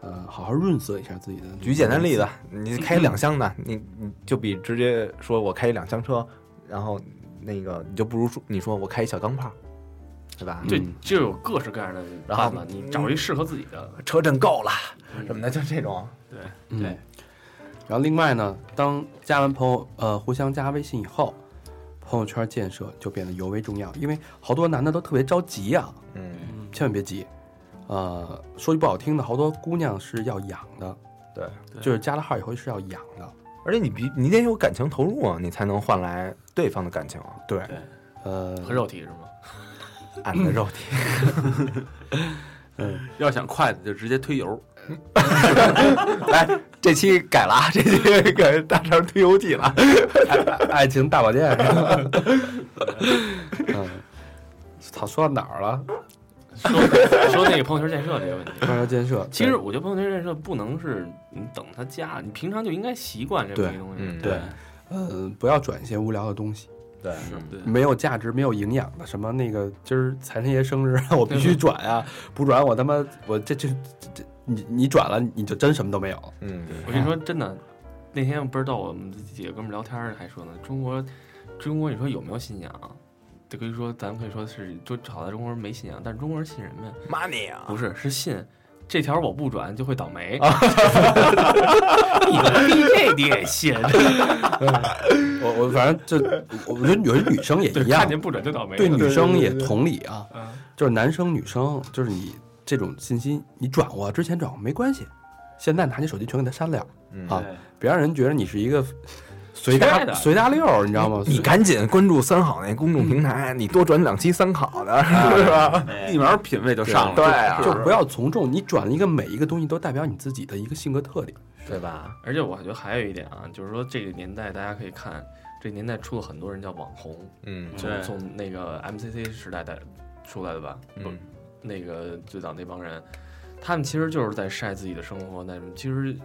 Speaker 3: 呃，好好润色一下自己的。
Speaker 5: 举简单例子，你开一两厢的，你你就比直接说我开一两厢车，然后那个你就不如说你说我开一小钢炮，对吧？
Speaker 4: 对
Speaker 3: 嗯，
Speaker 4: 就有各式各样的
Speaker 5: 然后
Speaker 4: 办法，你找一适合自己的，
Speaker 5: 车震够了什么的，就这种。
Speaker 3: 嗯
Speaker 7: 对。
Speaker 3: 然后另外呢，当加完朋友呃互相加微信以后，朋友圈建设就变得尤为重要，因为好多男的都特别着急啊，
Speaker 5: 嗯，
Speaker 3: 千万别急。呃，说句不好听的，好多姑娘是要养的，
Speaker 5: 对，
Speaker 3: 就是加了号以后是要养的，
Speaker 5: 而且你比你得有感情投入啊，你才能换来对方的感情啊，
Speaker 3: 对
Speaker 2: 对，
Speaker 3: 呃，
Speaker 4: 和肉体是吗？
Speaker 5: 俺的肉体。
Speaker 2: 要想快的就直接推油，
Speaker 5: 来，这期改了，啊，这期 改大肠推油记了。
Speaker 3: 爱情大保健。嗯，操，说到哪儿了？
Speaker 4: 说说那个朋友圈建设这个问题。
Speaker 3: 外交建设，
Speaker 4: 其实我觉得朋友圈建设不能是你等他加，你平常就应该习惯这么一
Speaker 3: 对
Speaker 4: 东西。
Speaker 5: 嗯，
Speaker 3: 对，呃，不要转一些无聊的东西，
Speaker 5: 对，
Speaker 2: 对
Speaker 3: 没有价值、没有营养的，什么那个今儿财神爷生日， 我必须转啊，不转我他妈我这这这这你你转了你就真什么都没有了。
Speaker 5: 嗯，
Speaker 4: 我跟你说真的，那天不知道我们几个哥们儿聊天儿还说呢，中国中国你说有没有信仰？就可以说咱们可以说是就好在中国人没信仰，但是中国人信什么呀？
Speaker 5: ，money 啊，
Speaker 4: 不是，是信。这条我不转就会倒霉，
Speaker 3: 啊我我反正就我我觉得有些女生也
Speaker 4: 对，
Speaker 3: 一样
Speaker 4: 看，见不转就倒霉了。
Speaker 3: 对女生也同理啊
Speaker 4: 嗯，
Speaker 3: 就是男生女生，就是你这种信息你转过之前转过没关系，现在拿起手机全给它删了。
Speaker 5: 嗯
Speaker 3: 啊，别让人觉得你是一个随
Speaker 4: 缺
Speaker 3: 大
Speaker 4: 的
Speaker 3: 随大溜儿，你知道吗？
Speaker 5: 你
Speaker 3: 随
Speaker 5: 赶紧关注三好那公众平台，你多转两期三好的，是吧？
Speaker 7: 哎
Speaker 2: 立马品味就上
Speaker 5: 对
Speaker 2: 了。
Speaker 5: 啊，
Speaker 3: 就不要从众，你转一个每一个东西都代表你自己的一个性格特点。
Speaker 5: 对吧？
Speaker 4: 而且我觉得还有一点啊，就是说这个年代大家可以看，这年代出了很多人叫网红，
Speaker 5: 嗯
Speaker 4: 从
Speaker 2: 对
Speaker 4: 从那个 MCC 时代的出来的吧，
Speaker 5: 嗯
Speaker 4: 不，那个最早那帮人，他们其实就是在晒自己的生活，那种其实，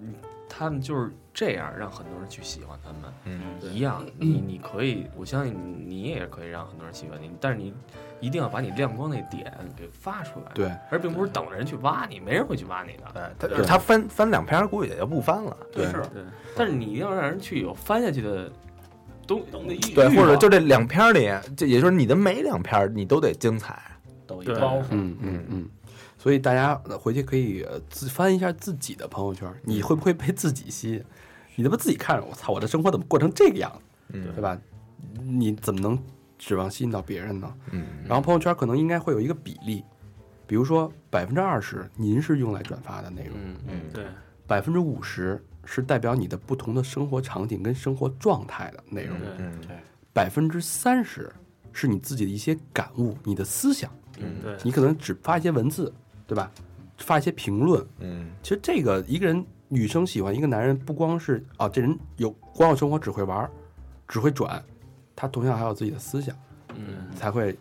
Speaker 4: 嗯他们就是这样让很多人去喜欢他们。
Speaker 5: 嗯
Speaker 4: 一样，你你可以，我相信你你也可以让很多人喜欢你，但是你一定要把你亮光那点给发出来，
Speaker 3: 对，
Speaker 4: 而并不是等着人去挖你，没人会去挖你的。
Speaker 5: 对，哎他他翻翻两篇，估计也就不翻了。
Speaker 3: 对
Speaker 7: 是
Speaker 4: 但是你一定要让人去有翻下去的东那欲
Speaker 5: 对，
Speaker 4: 欲
Speaker 5: 或者
Speaker 4: 望
Speaker 5: 就这两篇里，这也就是你的每两篇你都得精彩。
Speaker 7: 抖音
Speaker 4: 对
Speaker 7: 包
Speaker 3: 嗯嗯嗯。所以大家呃回去可以呃自翻一下自己的朋友圈，你会不会被自己吸引？你他妈自己看着，我操，我的生活怎么过成这个样子，
Speaker 5: 嗯
Speaker 3: 对吧？你怎么能指望吸引到别人呢？
Speaker 5: 嗯，
Speaker 3: 然后朋友圈可能应该会有一个比例，比如说百分之二十您是用来转发的内容，
Speaker 4: 嗯
Speaker 2: 对
Speaker 3: 百分之五十是代表你的不同的生活场景跟生活状态的内容，
Speaker 2: 对
Speaker 5: 嗯
Speaker 3: 百分之三十是你自己的一些感悟、你的思想，
Speaker 5: 嗯
Speaker 2: 对
Speaker 3: 你可能只发一些文字，对吧？发一些评论。
Speaker 5: 嗯
Speaker 3: 其实这个一个人女生喜欢一个男人，不光是啊，这人有光有生活只会玩儿，只会转，他同样还有自己的思想，
Speaker 4: 嗯，
Speaker 3: 才会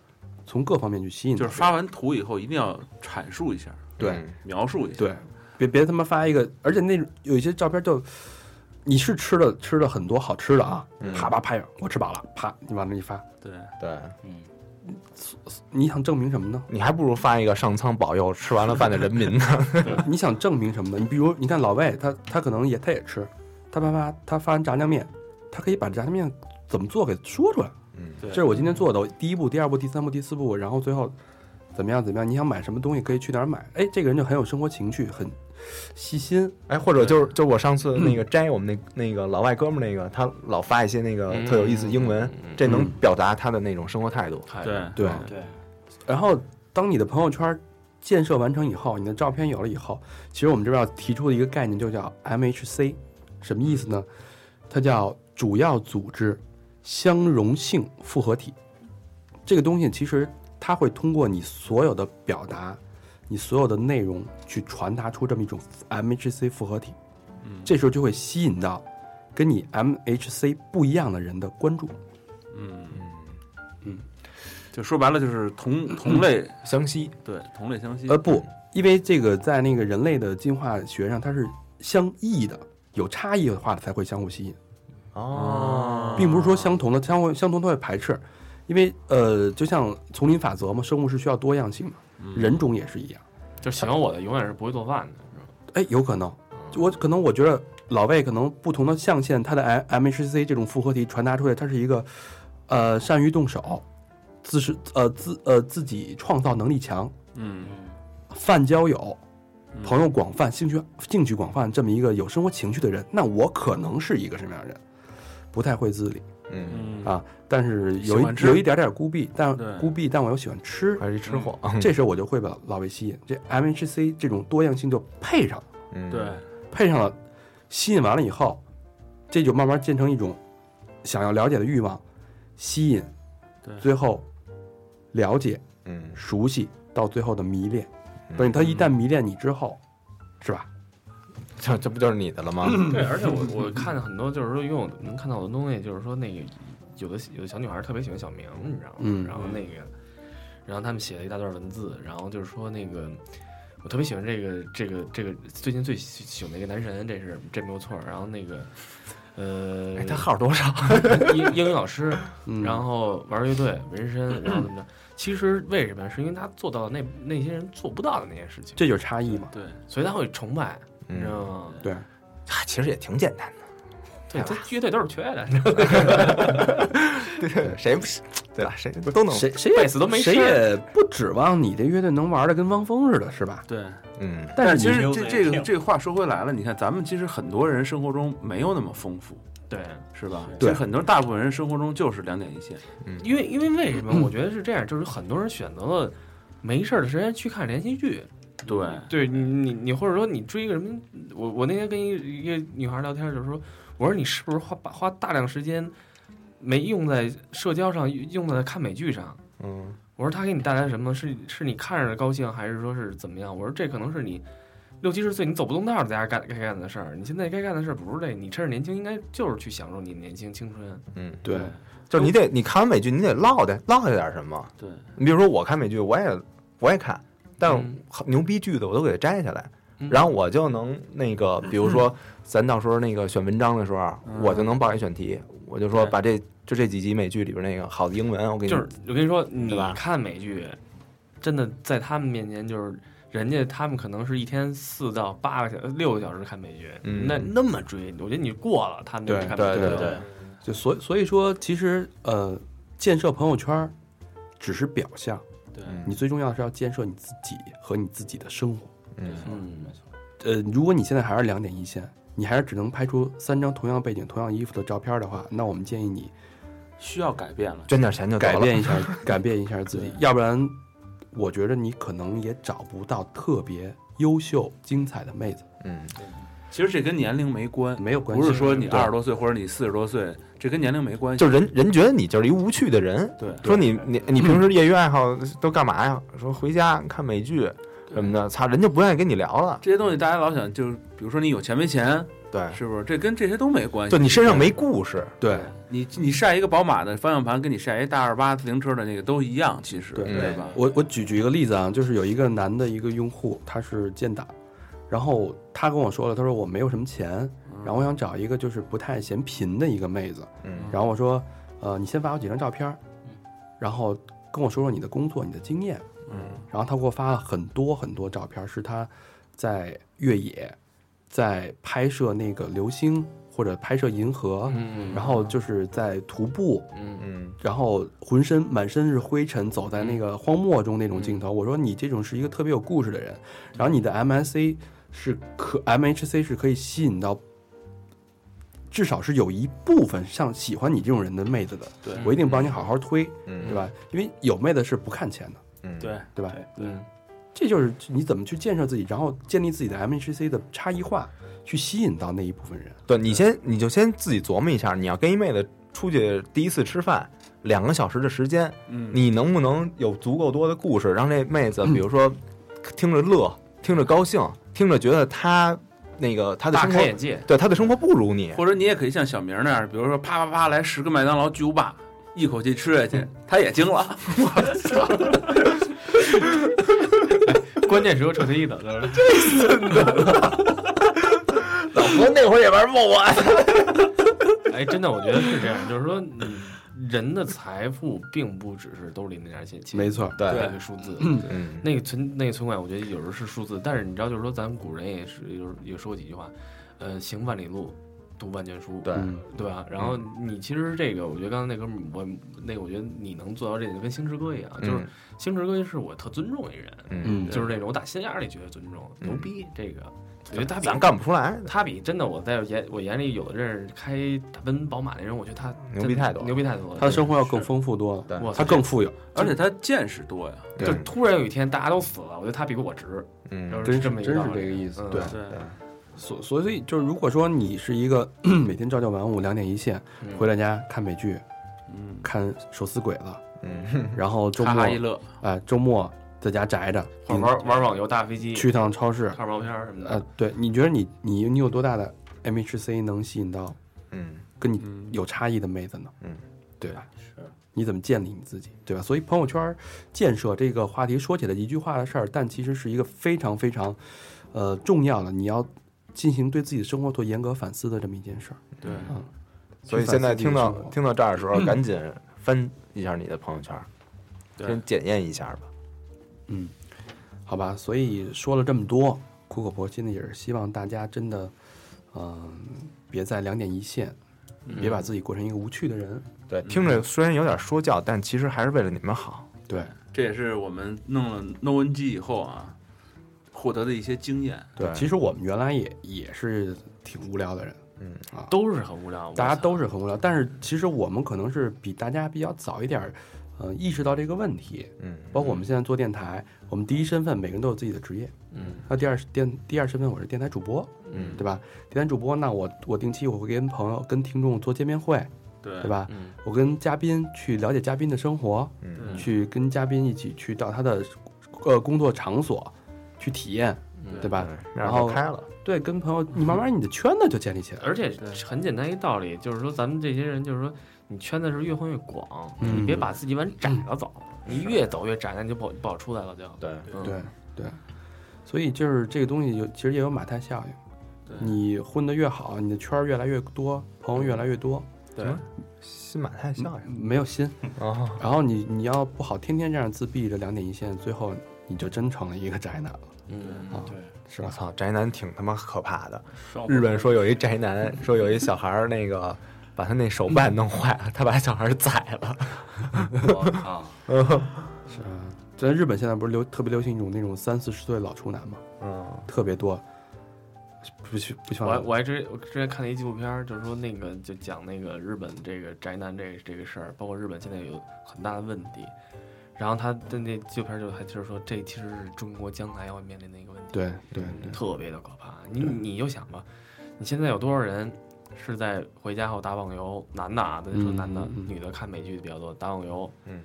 Speaker 3: 从各方面去吸引
Speaker 2: 就
Speaker 3: 到别人。
Speaker 2: 是发完图以后一定要阐述一下，
Speaker 3: 对
Speaker 5: 嗯
Speaker 2: 描述一下。
Speaker 3: 对，别别他妈发一个，而且那种有一些照片就，你是吃了吃了很多好吃的啊，
Speaker 5: 嗯
Speaker 3: 啪啪拍上，我吃饱了，啪你往那一发，
Speaker 2: 对
Speaker 5: 对，
Speaker 3: 你想证明什么呢？
Speaker 5: 你还不如发一个上苍保佑吃完了饭的人 民呢。
Speaker 3: 你想证明什么呢？你比如你看老魏，他他可能也他也吃，他啪啪他发完炸酱面，他可以把炸酱面怎么做给说出来，
Speaker 5: 嗯
Speaker 2: 对
Speaker 3: 这是我今天做的，我第一步、第二步、第三步、第四步，然后最后怎么样怎么样？你想买什么东西可以去哪儿买？哎，这个人就很有生活情趣，很细心，
Speaker 5: 哎，或者就是就是我上次那个摘我们那那个老外哥们儿那个，他老发一些那个特有意思英文，这能表达他的那种生活态度。
Speaker 4: 太
Speaker 2: 对
Speaker 3: 对
Speaker 7: 对。
Speaker 3: 然后，当你的朋友圈建设完成以后，你的照片有了以后，其实我们这边要提出的一个概念就叫 MHC，什么意思呢？它叫主要组织相容性复合体。这个东西其实它会通过你所有的表达，你所有的内容去传达出这么一种 MHC 复合体。
Speaker 2: 嗯
Speaker 3: 这时候就会吸引到跟你 MHC 不一样的人的关注。
Speaker 2: 嗯，就说白了就是同同 类，
Speaker 5: 湘西，
Speaker 2: 对同类相吸。
Speaker 3: 呃，不，因为这个在那个人类的进化学上，它是相异的，有差异化的才会相互吸引，
Speaker 5: 哦
Speaker 3: 并不是说相同的相互相同它会排斥，因为呃，就像丛林法则嘛，生物是需要多样性的，人种也是一样。
Speaker 4: 就是喜欢我的永远是不会做饭的，是吧？
Speaker 3: 哎，有可能，我可能我觉得老魏可能不同的象限，他的 M MHC 这种复合体传达出来，它是一个呃善于动手，自是呃自呃自己创造能力强，
Speaker 2: 嗯，
Speaker 3: 泛交友，朋友广泛，兴趣兴趣广泛，这么一个有生活情趣的人，那我可能是一个什么样的人？不太会自理，
Speaker 5: 嗯，
Speaker 2: 嗯
Speaker 3: 啊但是有
Speaker 2: 喜
Speaker 3: 一
Speaker 2: 欢吃
Speaker 3: 有一点点孤僻，但
Speaker 2: 对
Speaker 3: 孤僻，但我又喜欢吃，
Speaker 5: 嗯还是一吃货。
Speaker 3: 这时候我就会把老魏吸引。这 MHC 这种多样性就配上了，
Speaker 5: 嗯，
Speaker 2: 对，
Speaker 3: 配上了，吸引完了以后，这就慢慢建成一种想要了解的欲望、吸引，
Speaker 2: 对
Speaker 3: 最后了解、
Speaker 5: 嗯，
Speaker 3: 熟悉，到最后的迷恋。等于他一旦
Speaker 2: 嗯
Speaker 3: 迷恋你之后，是吧？
Speaker 5: 这嗯这不就是你的了吗？
Speaker 4: 对，而且我我看很多就是说，因为我能看到的东西，就是说那个有的有的小女孩特别喜欢小明，你知道吗？
Speaker 3: 嗯
Speaker 4: 然后那个，然后他们写了一大段文字，然后就是说那个我特别喜欢这个这个这个最近最喜喜欢的一个男神，这是这没有错。然后那个呃，
Speaker 5: 哎，他号多少？
Speaker 4: 英英语老师，
Speaker 3: 嗯
Speaker 4: 然后玩乐队纹身，然后怎么着？其实为什么呀？是因为他做到了那那些人做不到的那些事情，
Speaker 3: 这就是差异嘛。
Speaker 2: 对，
Speaker 4: 所以他会崇拜，你知
Speaker 5: 嗯，
Speaker 4: 道吗？
Speaker 3: 对，
Speaker 5: 啊其实也挺简单的。
Speaker 4: 对，他乐队都是缺 的，
Speaker 5: 对，谁不是？对吧？谁都能。
Speaker 3: 谁谁
Speaker 4: 贝斯都没
Speaker 3: 谁
Speaker 4: 事儿
Speaker 3: 也不指望你这乐队能玩的跟汪峰似的，是吧？
Speaker 2: 对，
Speaker 5: 嗯，
Speaker 3: 但是
Speaker 2: 但其
Speaker 3: 你
Speaker 2: 实
Speaker 7: 你
Speaker 2: 这
Speaker 7: 没有
Speaker 2: 这
Speaker 7: 那
Speaker 2: 个
Speaker 7: 个
Speaker 2: 这个话说回来了，你看咱们其实很多人生活中没有那么丰富，
Speaker 4: 对，
Speaker 2: 是吧？
Speaker 3: 对
Speaker 2: 其实很多大部分人生活中就是两点一线，
Speaker 4: 因为因为为什么？我觉得是这样，就是很多人选择了没事儿的时间去看连续剧。
Speaker 2: 对，
Speaker 4: 对你你你或者说你追一个什么？我我那天跟一一个女孩聊天，就是说，我说你是不是花花大量时间没用在社交上，用在看美剧上？
Speaker 5: 嗯，
Speaker 4: 我说他给你带来什么？是是你看着高兴，还是说是怎么样？我说这可能是你六七十岁你走不动道儿在家干该干的事儿。你现在该干的事儿不是这，你趁着年轻应该就是去享受你的年轻青春。
Speaker 3: 对，
Speaker 5: 就是你得你看完美剧，你得落的落下点什么。
Speaker 2: 对，
Speaker 5: 你比如说我看美剧，我也我也看，但
Speaker 4: 嗯
Speaker 5: 好牛逼剧的我都给它摘下来，
Speaker 4: 嗯
Speaker 5: 然后我就能那个，比如说咱到时候那个选文章的时候，啊我就能报一选题，我就说
Speaker 4: 对
Speaker 5: 把这就这几集美剧里边那个好的英文，我给你
Speaker 4: 就是我跟你说，你
Speaker 5: 嗯对吧
Speaker 4: 看美剧，真的在他们面前就是。人家他们可能是一天四到八个小六个小时看美剧，
Speaker 5: 嗯
Speaker 4: 那那么追，我觉得你过了他们就
Speaker 3: 对
Speaker 4: 去看美
Speaker 5: 对
Speaker 4: 剧
Speaker 5: 对
Speaker 4: 了
Speaker 5: 对，
Speaker 3: 就所以所以说，其实呃，建设朋友圈儿只是表象，
Speaker 5: 嗯
Speaker 3: 你最重要的是要建设你自己和你自己的生活。
Speaker 5: 嗯
Speaker 4: 嗯，
Speaker 3: 呃，如果你现在还是两点一线，你还是只能拍出三张同样背景、同样衣服的照片的话，那我们建议你
Speaker 2: 需要改变了，
Speaker 5: 捐点钱就得
Speaker 3: 改
Speaker 5: 了
Speaker 3: 变一下， 改变一下自己，要不然，我觉得你可能也找不到特别优秀、精彩的妹子，
Speaker 5: 嗯
Speaker 2: 其实这跟年龄没关，
Speaker 3: 没有嗯关系。
Speaker 2: 不是说你
Speaker 3: 对
Speaker 2: 二十多岁或者你四十多岁，这跟年龄没关系。
Speaker 5: 就人人觉得你就是一无趣的人，
Speaker 2: 对
Speaker 5: 说你你你平时业余爱好都干嘛呀？说回家看美剧什么的，操，人就不愿意跟你聊了。
Speaker 2: 这些东西，大家老想就是，比如说你有钱没钱，
Speaker 5: 对，
Speaker 2: 是不是？这跟这些都没关系。
Speaker 5: 就你身上没故事，
Speaker 3: 对
Speaker 2: 你你晒一个宝马的方向盘，跟你晒一大二八自行车的那个都一样，其实
Speaker 3: 对
Speaker 5: 对
Speaker 2: 吧？
Speaker 3: 我我举举一个例子啊，就是有一个男的一个用户，他是建档，然后他跟我说了，他说我没有什么钱，然后我想找一个就是不太嫌贫的一个妹子，
Speaker 5: 嗯
Speaker 3: 然后我说，呃，你先发我几张照片儿，然后跟我说说你的工作、你的经验，
Speaker 5: 嗯，
Speaker 3: 然后他给我发了很多很多照片儿，是他在越野，在拍摄那个流星或者拍摄银河，
Speaker 4: 嗯，
Speaker 3: 然后就是在徒步，
Speaker 4: 嗯
Speaker 5: 嗯
Speaker 3: 然后浑身满身是灰尘，走在那个荒漠中那种镜头。
Speaker 5: 嗯
Speaker 3: 我说你这种是一个特别有故事的人，然后你的 MSC 是可 MHC 是可以吸引到，至少是有一部分像喜欢你这种人的妹子的。
Speaker 2: 对
Speaker 3: 我一定帮你好好推，
Speaker 5: 嗯，
Speaker 3: 对吧？因为有妹子是不看钱的，
Speaker 5: 嗯？
Speaker 2: 对
Speaker 3: 对吧？
Speaker 2: 对，
Speaker 3: 这就是你怎么去建设自己，然后建立自己的 MHC 的差异化，去吸引到那一部分人。
Speaker 5: 对你先你就先自己琢磨一下，你要跟一妹子出去第一次吃饭，两个小时的时间，
Speaker 2: 嗯，
Speaker 5: 你能不能有足够多的故事，让这妹子比如说听着乐，听着高兴，听着觉得她那个她的
Speaker 4: 大
Speaker 5: 生活
Speaker 4: 开，眼界，
Speaker 5: 对她的生活不如你，
Speaker 2: 或者你也可以像小明那样，比如说啪啪啪来十个麦当劳巨无霸，一口气吃下去，
Speaker 3: 嗯
Speaker 2: 他也惊了。
Speaker 4: 关键时刻撤退一等，就是
Speaker 5: 老婆那会儿也玩梦我，
Speaker 4: 哎，真的，我觉得是这样，就是说，你人的财富并不只是兜里那点钱，
Speaker 3: 没错，
Speaker 5: 对
Speaker 4: 那个数字，
Speaker 5: 嗯
Speaker 4: 那个存那个存款，我觉得有时候是数字，但是你知道，就是说，咱们古人也是有也说过几句话，呃，行万里路，读万卷书，
Speaker 5: 对
Speaker 3: 嗯
Speaker 4: 对吧？然后你其实这个，我觉得刚才那哥们儿，我那个，我觉得你能做到这点，就跟星驰哥一样，就是星驰哥是我特尊重一人，
Speaker 5: 嗯，
Speaker 3: 嗯，
Speaker 4: 就是那种我打心眼儿里觉得尊重，牛逼，这个，我觉得他比
Speaker 5: 咱干不出来，
Speaker 4: 他比真的我在眼我眼里有的认识开大奔宝马那人，我觉得他
Speaker 5: 牛逼太多了
Speaker 4: 牛逼太多了。
Speaker 3: 他的生活要更丰富多了，
Speaker 4: 我
Speaker 3: 他
Speaker 4: 操，
Speaker 3: 更富有。
Speaker 2: 而且他见识多呀，
Speaker 5: 对
Speaker 4: 就突然有一天大家都死了，我觉得他比我值，
Speaker 5: 嗯
Speaker 4: 就是
Speaker 3: 真
Speaker 4: 这
Speaker 3: 是
Speaker 4: 么一
Speaker 3: 真是
Speaker 4: 道理
Speaker 3: 这个意思
Speaker 4: 嗯
Speaker 3: 对
Speaker 2: 对
Speaker 3: 所所以所以就是，如果说你是一个 每天朝九晚五、两点一线，
Speaker 2: 嗯
Speaker 3: 回到家看美剧，嗯，看手撕鬼了，
Speaker 5: 嗯，
Speaker 3: 然后周
Speaker 2: 哈
Speaker 3: 末
Speaker 2: 哈一
Speaker 3: 哎、
Speaker 2: 乐，
Speaker 3: 周末在家宅着，
Speaker 4: 或者
Speaker 3: 你
Speaker 4: 玩玩网游、大飞机、
Speaker 3: 去一趟超市，
Speaker 4: 看毛片儿什么
Speaker 3: 呃
Speaker 4: 的。，
Speaker 3: 对，你觉得你你你有多大的 MHC 能吸引到
Speaker 5: 嗯，
Speaker 3: 跟你有差异的妹子呢？
Speaker 5: 嗯，
Speaker 3: 对吧？
Speaker 7: 是
Speaker 3: 你怎么建立你自己，对吧？所以朋友圈建设这个话题说起来一句话的事儿，但其实是一个非常非常，呃，重要的，你要进行对自己的生活做严格反思的这么一件事儿。
Speaker 2: 对
Speaker 3: 嗯，
Speaker 5: 所以现在听到
Speaker 3: 去反思自己的生活
Speaker 5: 听到这儿的时候，赶紧翻一下你的朋友圈，
Speaker 2: 对
Speaker 5: 先检验一下吧。
Speaker 3: 嗯，好吧，所以说了这么多，苦口婆心的也是希望大家真的，嗯、别再两点一线，别把自己过成一个无趣的人。
Speaker 5: 对，听着虽然有点说教，但其实还是为了你们好。
Speaker 3: 对
Speaker 2: 这也是我们弄了 No N G 以后啊，获得的一些经验。
Speaker 5: 对
Speaker 3: 其实我们原来也也是挺无聊的人，
Speaker 5: 嗯
Speaker 3: 啊，
Speaker 4: 都是很无聊，
Speaker 3: 大家都
Speaker 4: 是
Speaker 3: 是很无聊，但是其实我们可能是比大家比较早一点儿，呃，意识到这个问题。
Speaker 5: 嗯，
Speaker 3: 包括我们现在做电台，我们第一身份每个人都有自己的职业，
Speaker 4: 嗯，
Speaker 3: 那第二是电第二身份我是电台主播，
Speaker 5: 嗯
Speaker 3: 对吧？电台主播，那我我定期我会跟朋友、跟听众做见面会，
Speaker 2: 对
Speaker 3: 对吧？
Speaker 4: 嗯
Speaker 3: 我跟嘉宾去了解嘉宾的生活，
Speaker 5: 嗯
Speaker 3: 去跟嘉宾一起去到他的呃工作场所去体验，对吧？
Speaker 5: 面
Speaker 3: 然
Speaker 5: 儿
Speaker 3: 后
Speaker 5: 就开了，
Speaker 3: 对，跟朋友，你慢慢你的圈子就建立起来了。
Speaker 4: 而且很简单一道理，就是说咱们这些人，就是说你圈子是越混越广，
Speaker 3: 嗯
Speaker 4: 你别把自己往窄了走，你越走越窄，那你就不好不好出来了就。
Speaker 5: 对
Speaker 4: 嗯
Speaker 3: 对对，所以就是这个东西有，其实也有马太效应。
Speaker 2: 对
Speaker 3: 你混得越好，你的圈儿越来越多，朋友越来越多，
Speaker 5: 新马泰效应
Speaker 3: 没有心。
Speaker 5: 啊，
Speaker 3: 然后你你要不好，天天这样自闭着两点一线，最后你就真成了一个宅男了，
Speaker 4: 嗯，
Speaker 3: 啊是
Speaker 5: 我
Speaker 3: 吧？
Speaker 5: 操，宅男挺他妈可怕的。 日本说有一宅男，说有一小孩儿那个把他那手办弄坏了，他把小孩儿宰了。
Speaker 7: 我 靠，
Speaker 3: 是啊，在日本现在不是流特别流行一种那种三四十岁老处男嘛，
Speaker 5: 嗯，
Speaker 3: 特别多，不喜不喜
Speaker 4: 我还
Speaker 3: 欢
Speaker 4: 我还之我之前看了一纪录片儿，就是说那个就讲那个日本这个宅男这个这个事儿，包括日本现在有很大的问题。然后他的那纪录片儿就还就是说，这其实是中国将来要面临的一个问题。
Speaker 3: 对对对，
Speaker 4: 特别的可怕。你你就想吧，你现在有多少人是在回家后打网游？男的啊，咱就说
Speaker 3: 嗯
Speaker 4: 男的，
Speaker 3: 嗯嗯
Speaker 4: 女的看美剧比较多，打网游，
Speaker 5: 嗯，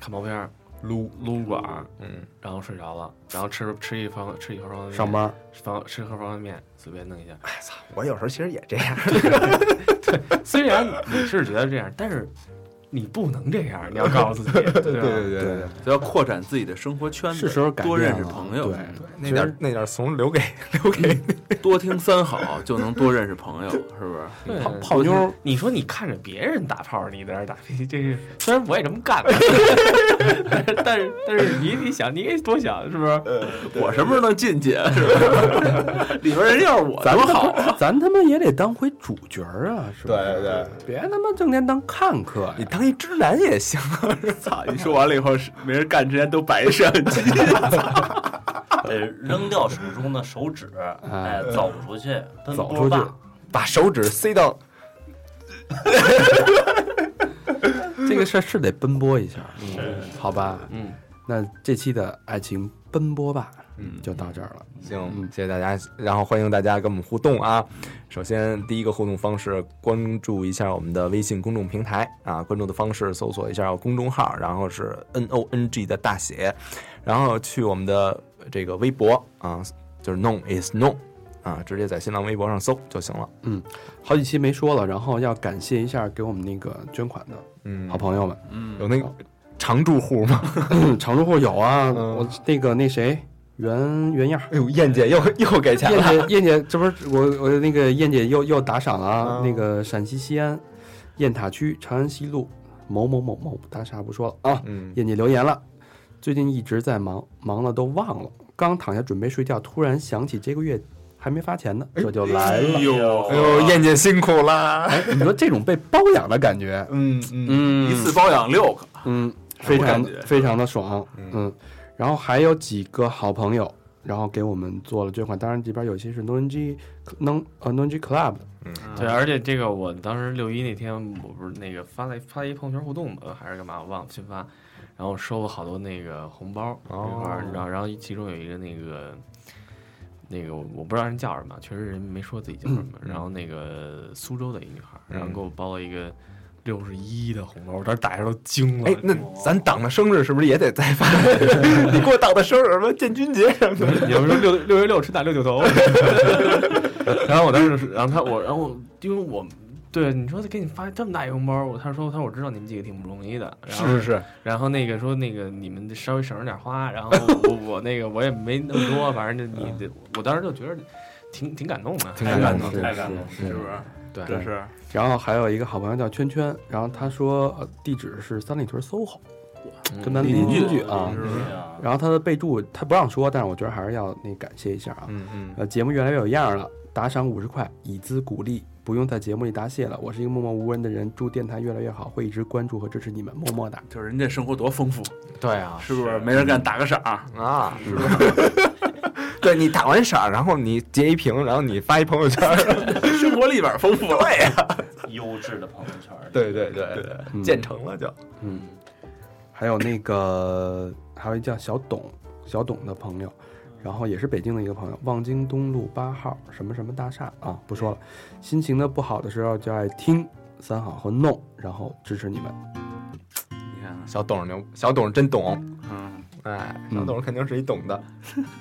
Speaker 4: 看毛片儿，撸撸管儿，
Speaker 5: 嗯，
Speaker 4: 然后睡着了，然后吃吃一方吃一盒方便面，
Speaker 3: 上班
Speaker 4: 方吃盒方便面，随便弄一下。
Speaker 5: 我有时候其实也这样。
Speaker 4: 虽然你是觉得这样，但是你不能这样，你要告诉自己， 对吧？
Speaker 5: 对啊对，
Speaker 2: 要扩展自己的生活圈子，
Speaker 3: 是时候改
Speaker 2: 多
Speaker 3: 变
Speaker 2: 认识
Speaker 3: 了
Speaker 2: 朋友
Speaker 3: 对，
Speaker 5: 那点儿那点儿怂留给留给
Speaker 2: 多听三好就能多认识朋友，是不是？
Speaker 4: 对
Speaker 3: 泡泡妞儿，
Speaker 4: 你说你看着别人打炮，你在那儿打 飞机，这是虽然我也这么干， 但是 但是但是你你想你也多想是不是？
Speaker 2: 我什么时候能进去？啊是吧？里边人要是我
Speaker 3: 咱
Speaker 2: 多
Speaker 3: 们
Speaker 2: 好啊！
Speaker 3: 咱他妈也得当回主角儿啊，是吧？
Speaker 5: 对对，
Speaker 3: 别他妈整天当看客呀
Speaker 5: 你！当一直男也行。啊
Speaker 2: 操！你说完了以后，是没人干之前都摆 一摄像机。
Speaker 7: 得哎扔掉手中的手指，哎，走出去，奔
Speaker 3: 走
Speaker 7: 波
Speaker 3: 出去
Speaker 7: 吧。
Speaker 5: 把手指塞到，
Speaker 3: 这个事儿是得奔波一下，好吧？
Speaker 4: 嗯，
Speaker 3: 那这期的爱情奔波吧，嗯，就到这儿了。
Speaker 5: 行，谢谢大家，然后欢迎大家跟我们互动啊。首先，第一个互动方式，关注一下我们的微信公众平台啊，关注的方式搜索一下公众号，然后是 N O N G 的大写，然后去我们的这个微博啊，就是 Known is Known 啊，直接在新浪微博上搜就行了。
Speaker 3: 好几期没说了，然后要感谢一下给我们那个捐款的
Speaker 5: 嗯
Speaker 3: 好，朋友们，
Speaker 5: 有那个常住户吗？
Speaker 3: 常住户有啊，
Speaker 5: 嗯
Speaker 3: 我那个那谁袁袁样儿。
Speaker 5: 哎呦，燕姐又又给钱
Speaker 3: 燕
Speaker 5: 了，
Speaker 3: 姐，燕姐，这不是我我那个燕姐又又打赏了啊！
Speaker 5: 嗯
Speaker 3: 那个陕西西安雁塔区长安西路某某某某，大厦不说了啊。
Speaker 5: 嗯，
Speaker 3: 燕姐留言了，最近一直在忙，忙了都忘了。刚躺下准备睡觉，突然想起这个月还没发钱呢，这就来了。
Speaker 5: 哎呦，燕姐辛苦啦，
Speaker 3: 哎，你说这种被包养的感觉，
Speaker 5: 嗯啊嗯
Speaker 3: 嗯
Speaker 2: 一次包养六个，
Speaker 3: 嗯，非常
Speaker 2: 我感觉
Speaker 3: 非常的爽，
Speaker 5: 嗯
Speaker 3: 嗯，然后还有几个好朋友，然后给我们做了捐款，当然里边有些是 NoNG 能呃 NoNG Club 的，
Speaker 4: 对，而且这个我当时六一那天我不是那个发了一发了一朋友圈互动吧，还是干嘛我忘了群发，然哦后收了好多那个红包这块儿，然后然后其中有一个那个。那个我我不知道人叫什么，确实人没说自己叫什 么。然后那个苏州的一女孩，然后给我包了一个嗯六十一的红包，我当时打开都惊了。
Speaker 5: 哎， 那咱党的生日是不是也得 再发？你过党的生日什么建军节什么的？
Speaker 4: 有人说六六月六吃大六九头， 然后我当时是，然后他我，然后我因为我对你说给你发这么大一红包，我他说他说我知道你们几个挺不容易的，然后
Speaker 5: 是，
Speaker 4: 然后那个说那个你们稍微省着点花，然后我我我那个我也没那么多，反正就你这我当时就觉得挺挺感动的，哎
Speaker 5: 挺
Speaker 7: 太
Speaker 5: 感
Speaker 7: 感
Speaker 5: 动
Speaker 7: 动，
Speaker 5: 的
Speaker 7: 太感动，
Speaker 5: 是
Speaker 2: 是不是？
Speaker 4: 对
Speaker 2: 这是
Speaker 3: 然后还有一个好朋友叫圈圈，然后他说呃地址是三里屯 SOHO，跟咱嗯邻
Speaker 2: 邻
Speaker 3: 居啊。
Speaker 2: 是不是？
Speaker 7: 对啊，
Speaker 3: 然后他的备注他不让说，但是我觉得还是要那感谢一下啊。
Speaker 5: 嗯嗯，
Speaker 3: 呃，节目越来越有样儿了，打赏五十块以资鼓励，不用在节目里答谢了。我是一个默默无闻的人，祝电台越来越好，会一直关注和支持你们，么么哒。
Speaker 2: 就是人家生活多丰富，
Speaker 5: 对啊
Speaker 2: 是不是？没人干打个赏，
Speaker 5: 啊， 是吧？ 对你打完赏，然后你截一屏，然后你发一朋友圈，
Speaker 2: 生活里边丰富了。
Speaker 7: 优质的朋友圈，
Speaker 5: 对对对对，建成了就。
Speaker 3: 嗯，还有那个，还有一叫小董，小董的朋友，
Speaker 5: 嗯
Speaker 3: 然后也是北京的一个朋友，望京东路八号什么什么大厦啊，不说了。心情的不好的时候就爱听三好和弄，然后支持你们。
Speaker 2: 你看看，
Speaker 5: 小董牛，小董真懂，
Speaker 2: 嗯，
Speaker 5: 哎，小董肯定是一懂的。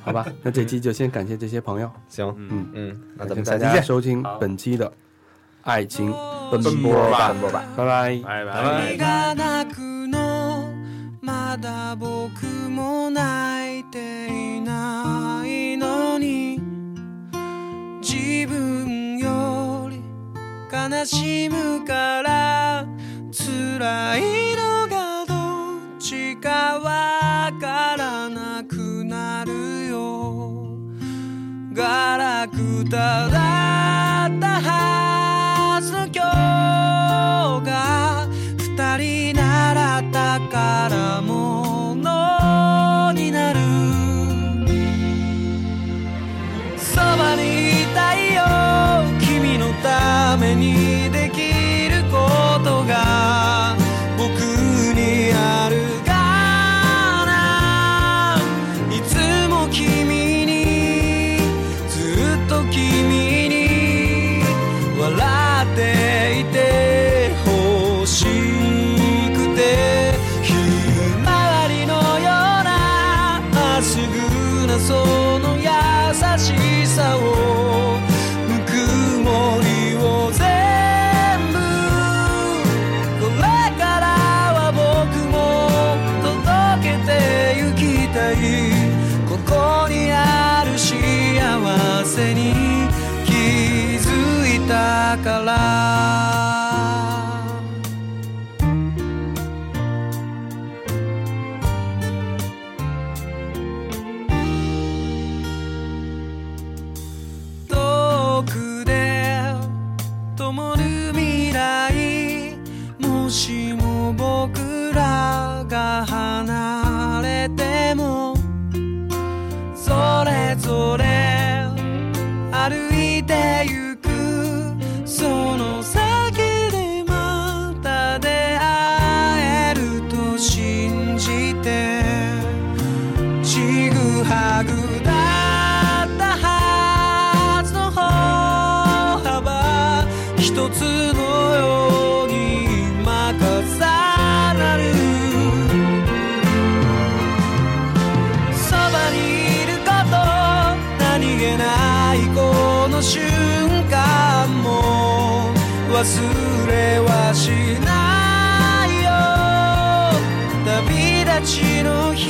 Speaker 3: 好 吧，那这期就先感谢这些朋友，
Speaker 5: 行，
Speaker 3: 嗯
Speaker 5: 嗯，那
Speaker 3: 感
Speaker 5: 咱
Speaker 3: 谢
Speaker 5: 们
Speaker 3: 大
Speaker 5: 下期
Speaker 3: 家
Speaker 5: 见，
Speaker 3: 收听本期的爱情奔
Speaker 5: 奔
Speaker 3: 波
Speaker 5: 波吧，
Speaker 3: 吧，
Speaker 5: 奔波吧。
Speaker 3: 拜拜。
Speaker 2: 拜拜
Speaker 8: 愛が泣くのまだ僕も泣いていないのに自分より悲しむから辛いのがどっちかわからなくなるよガラクタだったはずの今日が二人なら宝物になるそばにいたいよ君のためにできることが僕にあるからいつも君にずっと君に笑っていて欲しくてひまわりのようなまっすぐなその優しさをぬくもりを全部これからは僕も届けてゆきたいここにある幸せに気づいたから遠くで灯る未来もしも僕らが離れてもそれぞれ歩いてゆくその先でまた出会えると信じてちぐはぐだったはずの歩幅一つのように今重なるそばにいること何気ないこの瞬間も忘れはしないよ旅立ちの日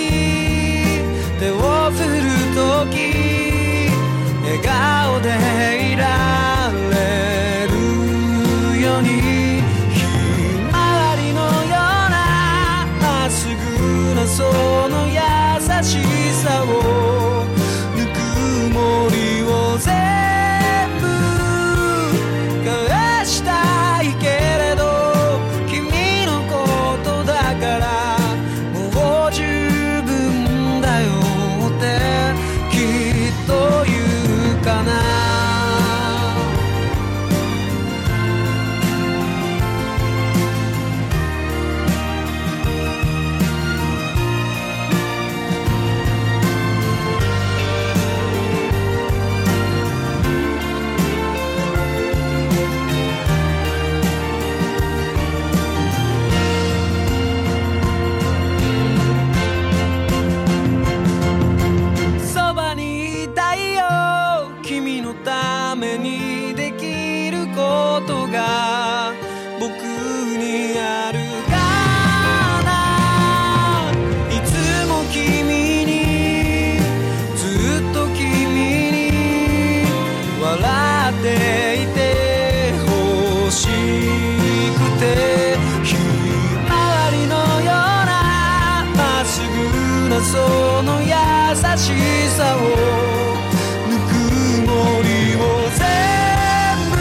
Speaker 8: 手を振るとき笑顔でいられるようにひまわりのようなまっすぐなその優しさをぬくもりを全部返したいけれど君のことだからもう十分だよってきっと言うかな「の優しさをぬくもりを全部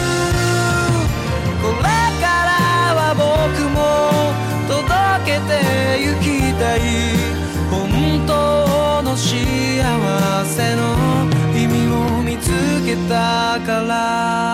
Speaker 8: これからは僕も届けてゆきたい本当の幸せの意味を見つけたから